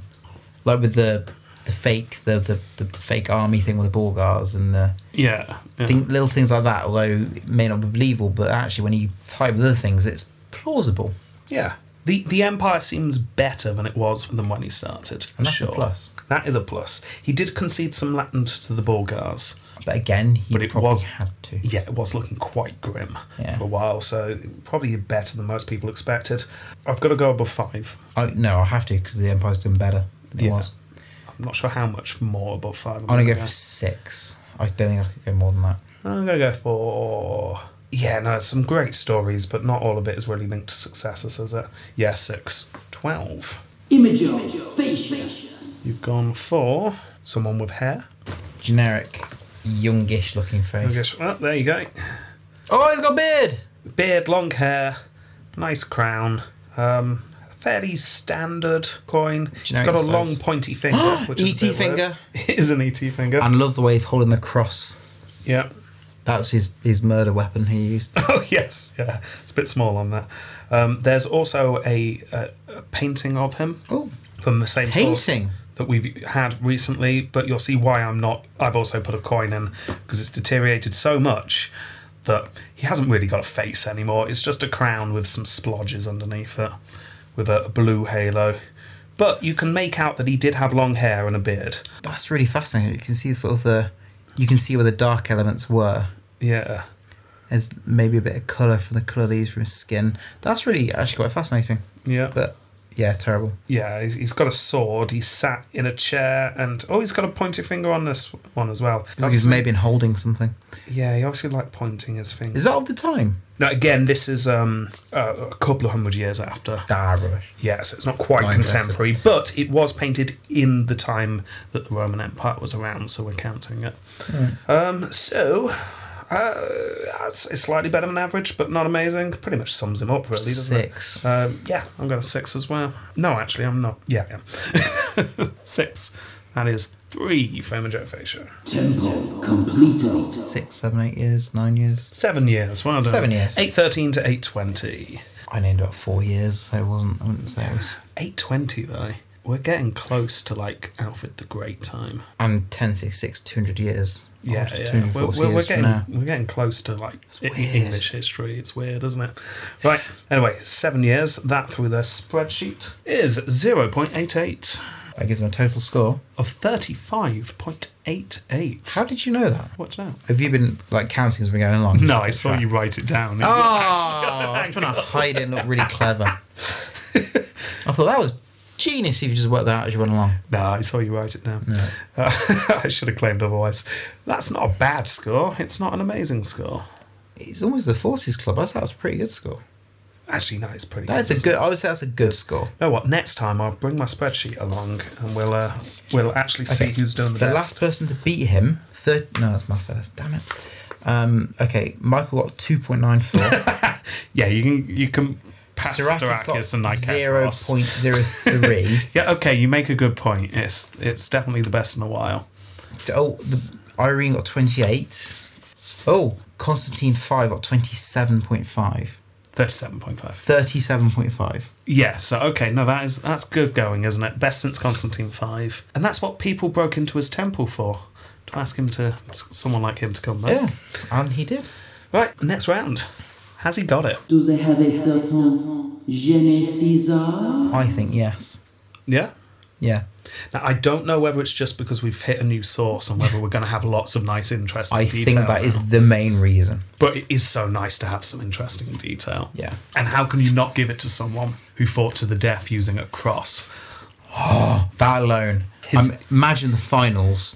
Speaker 2: like with the the fake the the, the fake army thing with the Borgars and the
Speaker 3: Yeah. yeah.
Speaker 2: thing, little things like that although it may not be believable but actually when you tie it with other things it's plausible
Speaker 3: Yeah. The the Empire seems better than it was than when he started. for
Speaker 2: And that's a
Speaker 3: sure.
Speaker 2: plus.
Speaker 3: That is a plus. He did concede some land to the Bulgars.
Speaker 2: but again he
Speaker 3: But it
Speaker 2: probably
Speaker 3: was-
Speaker 2: had to
Speaker 3: Yeah, it was looking quite grim
Speaker 2: Yeah.
Speaker 3: for a while, so probably better than most people expected. I've got to go above five.
Speaker 2: I, no i have to because the empire's doing better than it
Speaker 3: Yeah.
Speaker 2: was
Speaker 3: I'm not sure how much more above five. I'm
Speaker 2: I'm gonna
Speaker 3: gonna
Speaker 2: go for six. I don't think I could go more than that.
Speaker 3: I'm gonna go for. Yeah, no, some great stories, but not all of it is really linked to successes, is it? Yeah, six. Twelve.
Speaker 1: Imago Facius.
Speaker 3: You've gone for someone with hair.
Speaker 2: Generic, youngish looking face.
Speaker 3: I guess, well, there you go.
Speaker 2: Oh, he's got a beard.
Speaker 3: beard, long hair, nice crown, um, fairly standard coin. it has
Speaker 2: Generic
Speaker 3: got a
Speaker 2: size.
Speaker 3: long pointy finger, which is
Speaker 2: ET
Speaker 3: a bit weird.
Speaker 2: E finger. Um,
Speaker 3: It is an ET finger.
Speaker 2: And I love the way he's holding the cross.
Speaker 3: yeah.
Speaker 2: That was his, his murder weapon he used.
Speaker 3: Oh yes, yeah. It's a bit small on that. Um, there's also a, a, a painting of him
Speaker 2: Oh,
Speaker 3: from the same source
Speaker 2: painting.
Speaker 3: that we've had recently, but you'll see why I'm not. I've also put a coin in because it's deteriorated so much that he hasn't really got a face anymore. It's just a crown with some splodges underneath it, with a blue halo. But you can make out that he did have long hair and a beard.
Speaker 2: That's really fascinating. You can see sort of the, you can see where the dark elements were.
Speaker 3: Yeah,
Speaker 2: There's maybe a bit of colour from the colour leaves from his skin. That's really actually quite fascinating.
Speaker 3: yeah,
Speaker 2: But yeah, terrible.
Speaker 3: yeah. He's, he's got a sword. He's sat in a chair, and oh, he's got a pointy finger on this one as well.
Speaker 2: It's like he's maybe been holding something.
Speaker 3: Yeah, he obviously liked pointing his finger.
Speaker 2: Is that of the time?
Speaker 3: Now again, this is um, uh, a couple of hundred years after.
Speaker 2: Ah, rubbish.
Speaker 3: Yeah, so it's not quite
Speaker 2: Not interested.
Speaker 3: contemporary, but it was painted in the time that the Roman Empire was around, so we're counting it. Um, so, uh, that's- it's slightly better than average, but not amazing. Pretty much sums him up, really, doesn't it?
Speaker 2: Six.
Speaker 3: Um, yeah, I'm going to six as well. No, actually, I'm not. Yeah, yeah. six. That is three for Joe Fisher.
Speaker 1: Tempo Completo.
Speaker 2: Six, seven, eight years, nine years.
Speaker 3: Seven years. Well done.
Speaker 2: Seven years.
Speaker 3: 813 to 820.
Speaker 2: I named about four years, so it wasn't. I wouldn't say it was.
Speaker 3: 820, though. We're getting close to like Alfred the Great time.
Speaker 2: And 1066, 200 years. or
Speaker 3: Yeah,
Speaker 2: just
Speaker 3: yeah.
Speaker 2: 240
Speaker 3: We're, we're, we're
Speaker 2: years
Speaker 3: getting
Speaker 2: from now.
Speaker 3: we're getting close to like E-
Speaker 2: weird.
Speaker 3: English history. It's weird, isn't it? Right. Anyway, seven years. That through the spreadsheet is zero point eight eight
Speaker 2: That gives him a total score.
Speaker 3: of thirty five point eight eight.
Speaker 2: How did you know that?
Speaker 3: What's now?
Speaker 2: Have you been like counting as we're going along?
Speaker 3: No,
Speaker 2: Just
Speaker 3: I
Speaker 2: kept
Speaker 3: saw
Speaker 2: track.
Speaker 3: you write it down.
Speaker 2: Oh, I was trying to hide it and look really clever. I thought that was genius if you just worked that out as you went along.
Speaker 3: No, I saw you write it down. Uh, I should have claimed otherwise. That's not a bad score. It's not an amazing score.
Speaker 2: It's almost the 40s club. I thought that's a pretty good score.
Speaker 3: Actually, no, it's pretty.
Speaker 2: That's a good, I would say that's a good score.
Speaker 3: You know what? Next time I'll bring my spreadsheet along, and we'll uh, we'll actually see
Speaker 2: Okay,
Speaker 3: who's doing the,
Speaker 2: the
Speaker 3: best.
Speaker 2: last person to beat him, third, no, that's Marcellus, damn it. Um, okay, Michael got 2.94.
Speaker 3: Yeah, you can you can pass
Speaker 2: Sirakis got
Speaker 3: Starakis and like Kepros.
Speaker 2: 0.03.
Speaker 3: Yeah, okay, you make a good point. It's it's definitely the best in a while.
Speaker 2: oh, the, Irene got 28. Oh, Constantine 5 got 27.5.
Speaker 3: Thirty-seven point five.
Speaker 2: 37.5.
Speaker 3: Yeah, so okay, no, that is that's good going, isn't it? Best since Constantine five, and that's what people broke into his temple for. To ask him to someone like him to come back.
Speaker 2: Yeah, and he did.
Speaker 3: Right, next round. Has he got it?
Speaker 1: Do they have a certain Gene Caesar?
Speaker 2: I think yes.
Speaker 3: Yeah.
Speaker 2: Yeah,
Speaker 3: Now, I don't know whether it's just because we've hit a new source and whether we're going to have lots of nice, interesting
Speaker 2: I
Speaker 3: detail.
Speaker 2: think that
Speaker 3: now.
Speaker 2: is the main reason.
Speaker 3: But it is so nice to have some interesting detail.
Speaker 2: Yeah.
Speaker 3: And how can you not give it to someone who fought to the death using a cross?
Speaker 2: That alone.
Speaker 3: His-
Speaker 2: Um, imagine the finals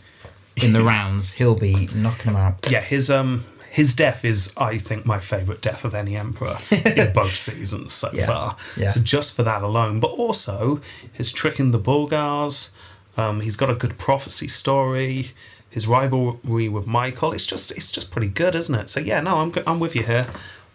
Speaker 2: in the rounds. He'll be knocking them out.
Speaker 3: Yeah, his um his death is, I think, my favourite death of any emperor in both seasons so
Speaker 2: Yeah,
Speaker 3: far.
Speaker 2: yeah.
Speaker 3: So just for that alone, but also his tricking the Bulgars. Um, he's got a good prophecy story. His rivalry with Michael. It's just it's just pretty good, isn't it? So yeah, no, I'm go- I'm with you here.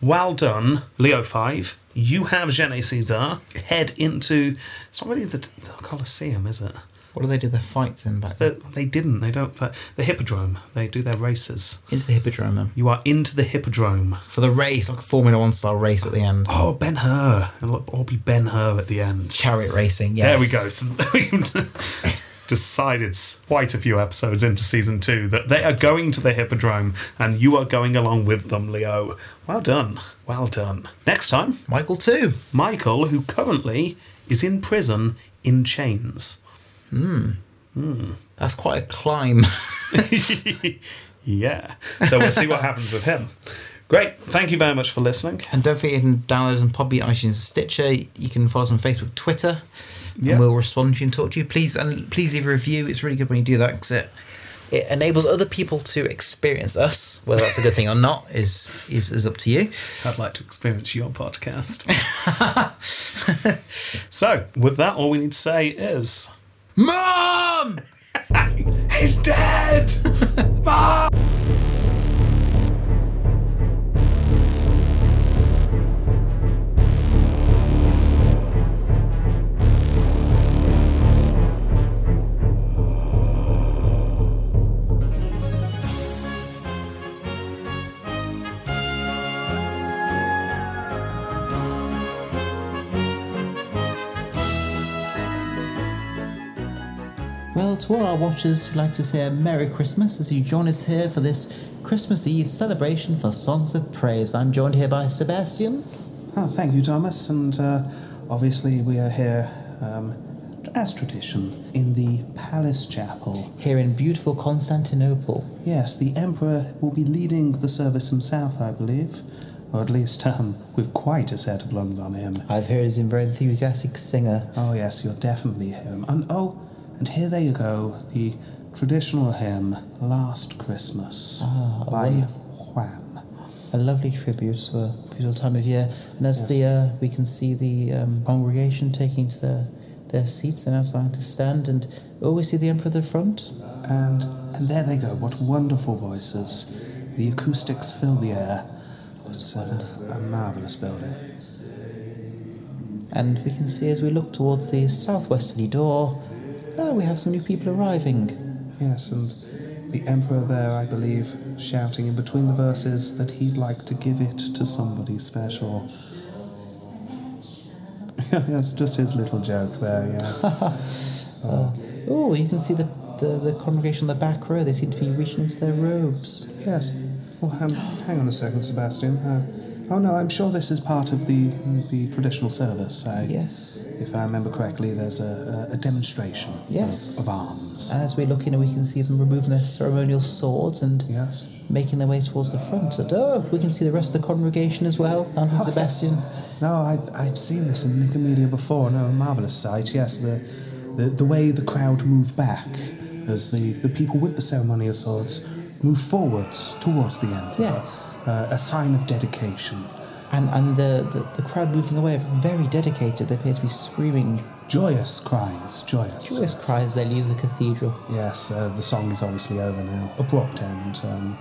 Speaker 3: Well done, Leo Five. You have Gene Caesar head into. It's not really the, the Colosseum, is it?
Speaker 2: What do they do their fights in back?
Speaker 3: They, they didn't. They don't. The Hippodrome. They do their races.
Speaker 2: Into the Hippodrome then.
Speaker 3: You are into the Hippodrome.
Speaker 2: For the race, like a Formula One style race at the end.
Speaker 3: Oh, Ben Hur. It'll all be Ben Hur at the end.
Speaker 2: Chariot racing, yes.
Speaker 3: There we go. So we've decided quite a few episodes into season two that they are going to the Hippodrome and you are going along with them, Leo. Well done. Well done. Next time,
Speaker 2: Michael too.
Speaker 3: Michael, who currently is in prison in chains.
Speaker 2: That's quite a climb.
Speaker 3: yeah. So we'll see what happens with him. Great. Thank you very much for listening.
Speaker 2: and don't forget you can download us on Podbean, iTunes, and Stitcher. You can follow us on Facebook, Twitter,
Speaker 3: Yeah.
Speaker 2: and we'll respond to you and talk to you. Please and please leave a review. It's really good when you do that because it it enables other people to experience us. Whether that's a good thing or not is is, is up to you.
Speaker 3: I'd like to experience your podcast. so, with that, all we need to say is
Speaker 2: Mom.
Speaker 3: He's dead!
Speaker 2: Well, to all our watchers who'd like to say a Merry Christmas as you join us here for this Christmas Eve celebration for Songs of Praise, I'm joined here by Sebastian.
Speaker 4: Oh, thank you, Thomas. And uh, obviously, we are here, um, as tradition, in the Palace Chapel.
Speaker 2: here in beautiful Constantinople.
Speaker 4: Yes, the Emperor will be leading the service himself, I believe. Or at least um, with quite a set of lungs on him.
Speaker 2: I've heard he's a very enthusiastic singer.
Speaker 4: Oh, yes, you'll definitely hear him. And oh, and here they go the traditional hymn, Last Christmas,
Speaker 2: Ah, a
Speaker 4: by
Speaker 2: wonderful-
Speaker 4: Wham.
Speaker 2: A lovely tribute to a beautiful time of year. And as the uh, we can see the um, congregation taking to their their seats, they're now starting to stand, and oh, we see the emperor at the front.
Speaker 4: And, and there they go, what wonderful voices. The acoustics fill the air. It's a, a marvellous building.
Speaker 2: And we can see as we look towards the southwesterly door, ah, we have some new people arriving.
Speaker 4: Yes, and the Emperor there, I believe, shouting in between the verses that he'd like to give it to somebody special.
Speaker 3: That's just his little joke there, yes.
Speaker 2: Oh, you can see the, the, the congregation in the back row. They seem to be reaching into their robes.
Speaker 3: yes. Well, um, hang on a second, Sebastian. Uh, oh, no, I'm sure this is part of the the traditional service. I,
Speaker 2: Yes.
Speaker 3: If I remember correctly, there's a, a, a demonstration of-
Speaker 2: Yes. Uh,
Speaker 3: of, arms.
Speaker 2: As we look in, we can see them removing their ceremonial swords and
Speaker 3: yes.
Speaker 2: making their way towards the front. And oh, we can see the rest of the congregation as well, and Sebastian.
Speaker 3: No, I've, I've seen this in Nicomedia before. No, a marvellous sight. Yes, the, the, the way the crowd move back as the, the people with the ceremonial swords move forwards towards the end.
Speaker 2: Yes.
Speaker 3: Uh, a sign of dedication.
Speaker 2: And and the, the, the crowd moving away are very dedicated. They appear to be screaming.
Speaker 3: Joyous cries, joyous.
Speaker 2: Joyous cries as they leave the cathedral.
Speaker 3: Yes, uh, the song is obviously over now. Abrupt end. Um,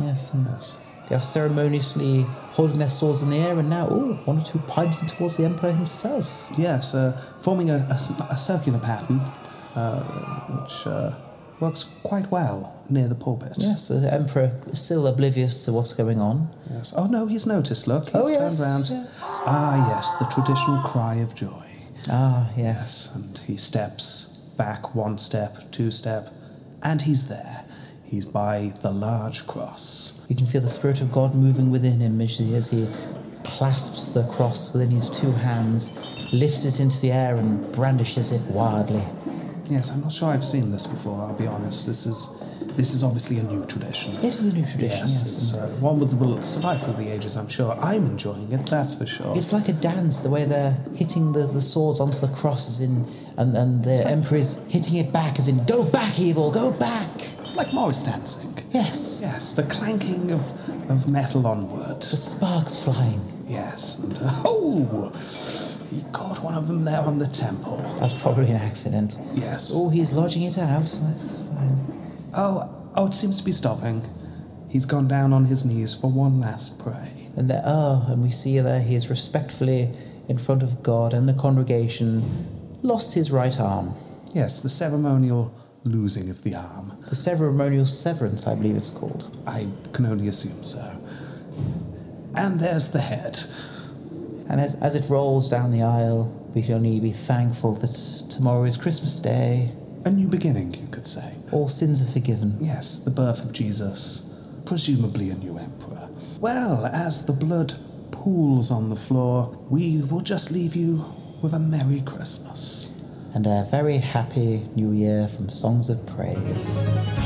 Speaker 2: Yes. And
Speaker 3: yes.
Speaker 2: They are ceremoniously holding their swords in the air, and now, ooh, one or two pointing towards the Emperor himself.
Speaker 3: Yes, uh, forming a, a c- a circular pattern, uh, which uh, works quite well near the pulpit.
Speaker 2: Yes, the Emperor is still oblivious to what's going on.
Speaker 3: Yes. Oh no, he's noticed. Look, he's
Speaker 2: Oh,
Speaker 3: turned
Speaker 2: yes,
Speaker 3: round.
Speaker 2: yes.
Speaker 3: Ah yes, the traditional cry of joy.
Speaker 2: Ah, yes.
Speaker 3: And he steps back one step, two step, and he's there. He's by the large cross.
Speaker 2: You can feel the Spirit of God moving within him as he, as he clasps the cross within his two hands, lifts it into the air, and brandishes it wildly.
Speaker 3: Yes, I'm not sure I've seen this before. I'll be honest. This is this is obviously a new tradition.
Speaker 2: It is a new tradition,
Speaker 3: Yes,
Speaker 2: yes.
Speaker 3: it's uh, one that will survive through the ages. I'm sure. I'm enjoying it. That's for sure.
Speaker 2: It's like a dance, the way they're hitting the, the swords onto the crosses in, and, and the emperor is hitting it back, as in, go back, evil, go back!
Speaker 3: like Morris dancing.
Speaker 2: Yes,
Speaker 3: Yes, the clanking of, of metal onward.
Speaker 2: the sparks flying.
Speaker 3: Yes, and oh, he caught one of them there on the temple.
Speaker 2: That's probably an accident.
Speaker 3: Yes.
Speaker 2: Oh, he's lodging it out, that's fine.
Speaker 3: Oh, oh, it seems to be stopping. He's gone down on his knees for one last pray.
Speaker 2: And there, oh, and we see there he is respectfully in front of God and the congregation, lost his right arm.
Speaker 3: Yes, the ceremonial losing of the arm.
Speaker 2: The ceremonial severance, I believe it's called.
Speaker 3: I can only assume so. And there's the head.
Speaker 2: And as, as it rolls down the aisle, we can only be thankful that tomorrow is Christmas Day.
Speaker 3: A new beginning, you could say.
Speaker 2: All sins are forgiven.
Speaker 3: Yes, the birth of Jesus, presumably a new emperor. Well, as the blood pools on the floor, we will just leave you with a Merry Christmas.
Speaker 2: And a very happy new year from Songs of Praise.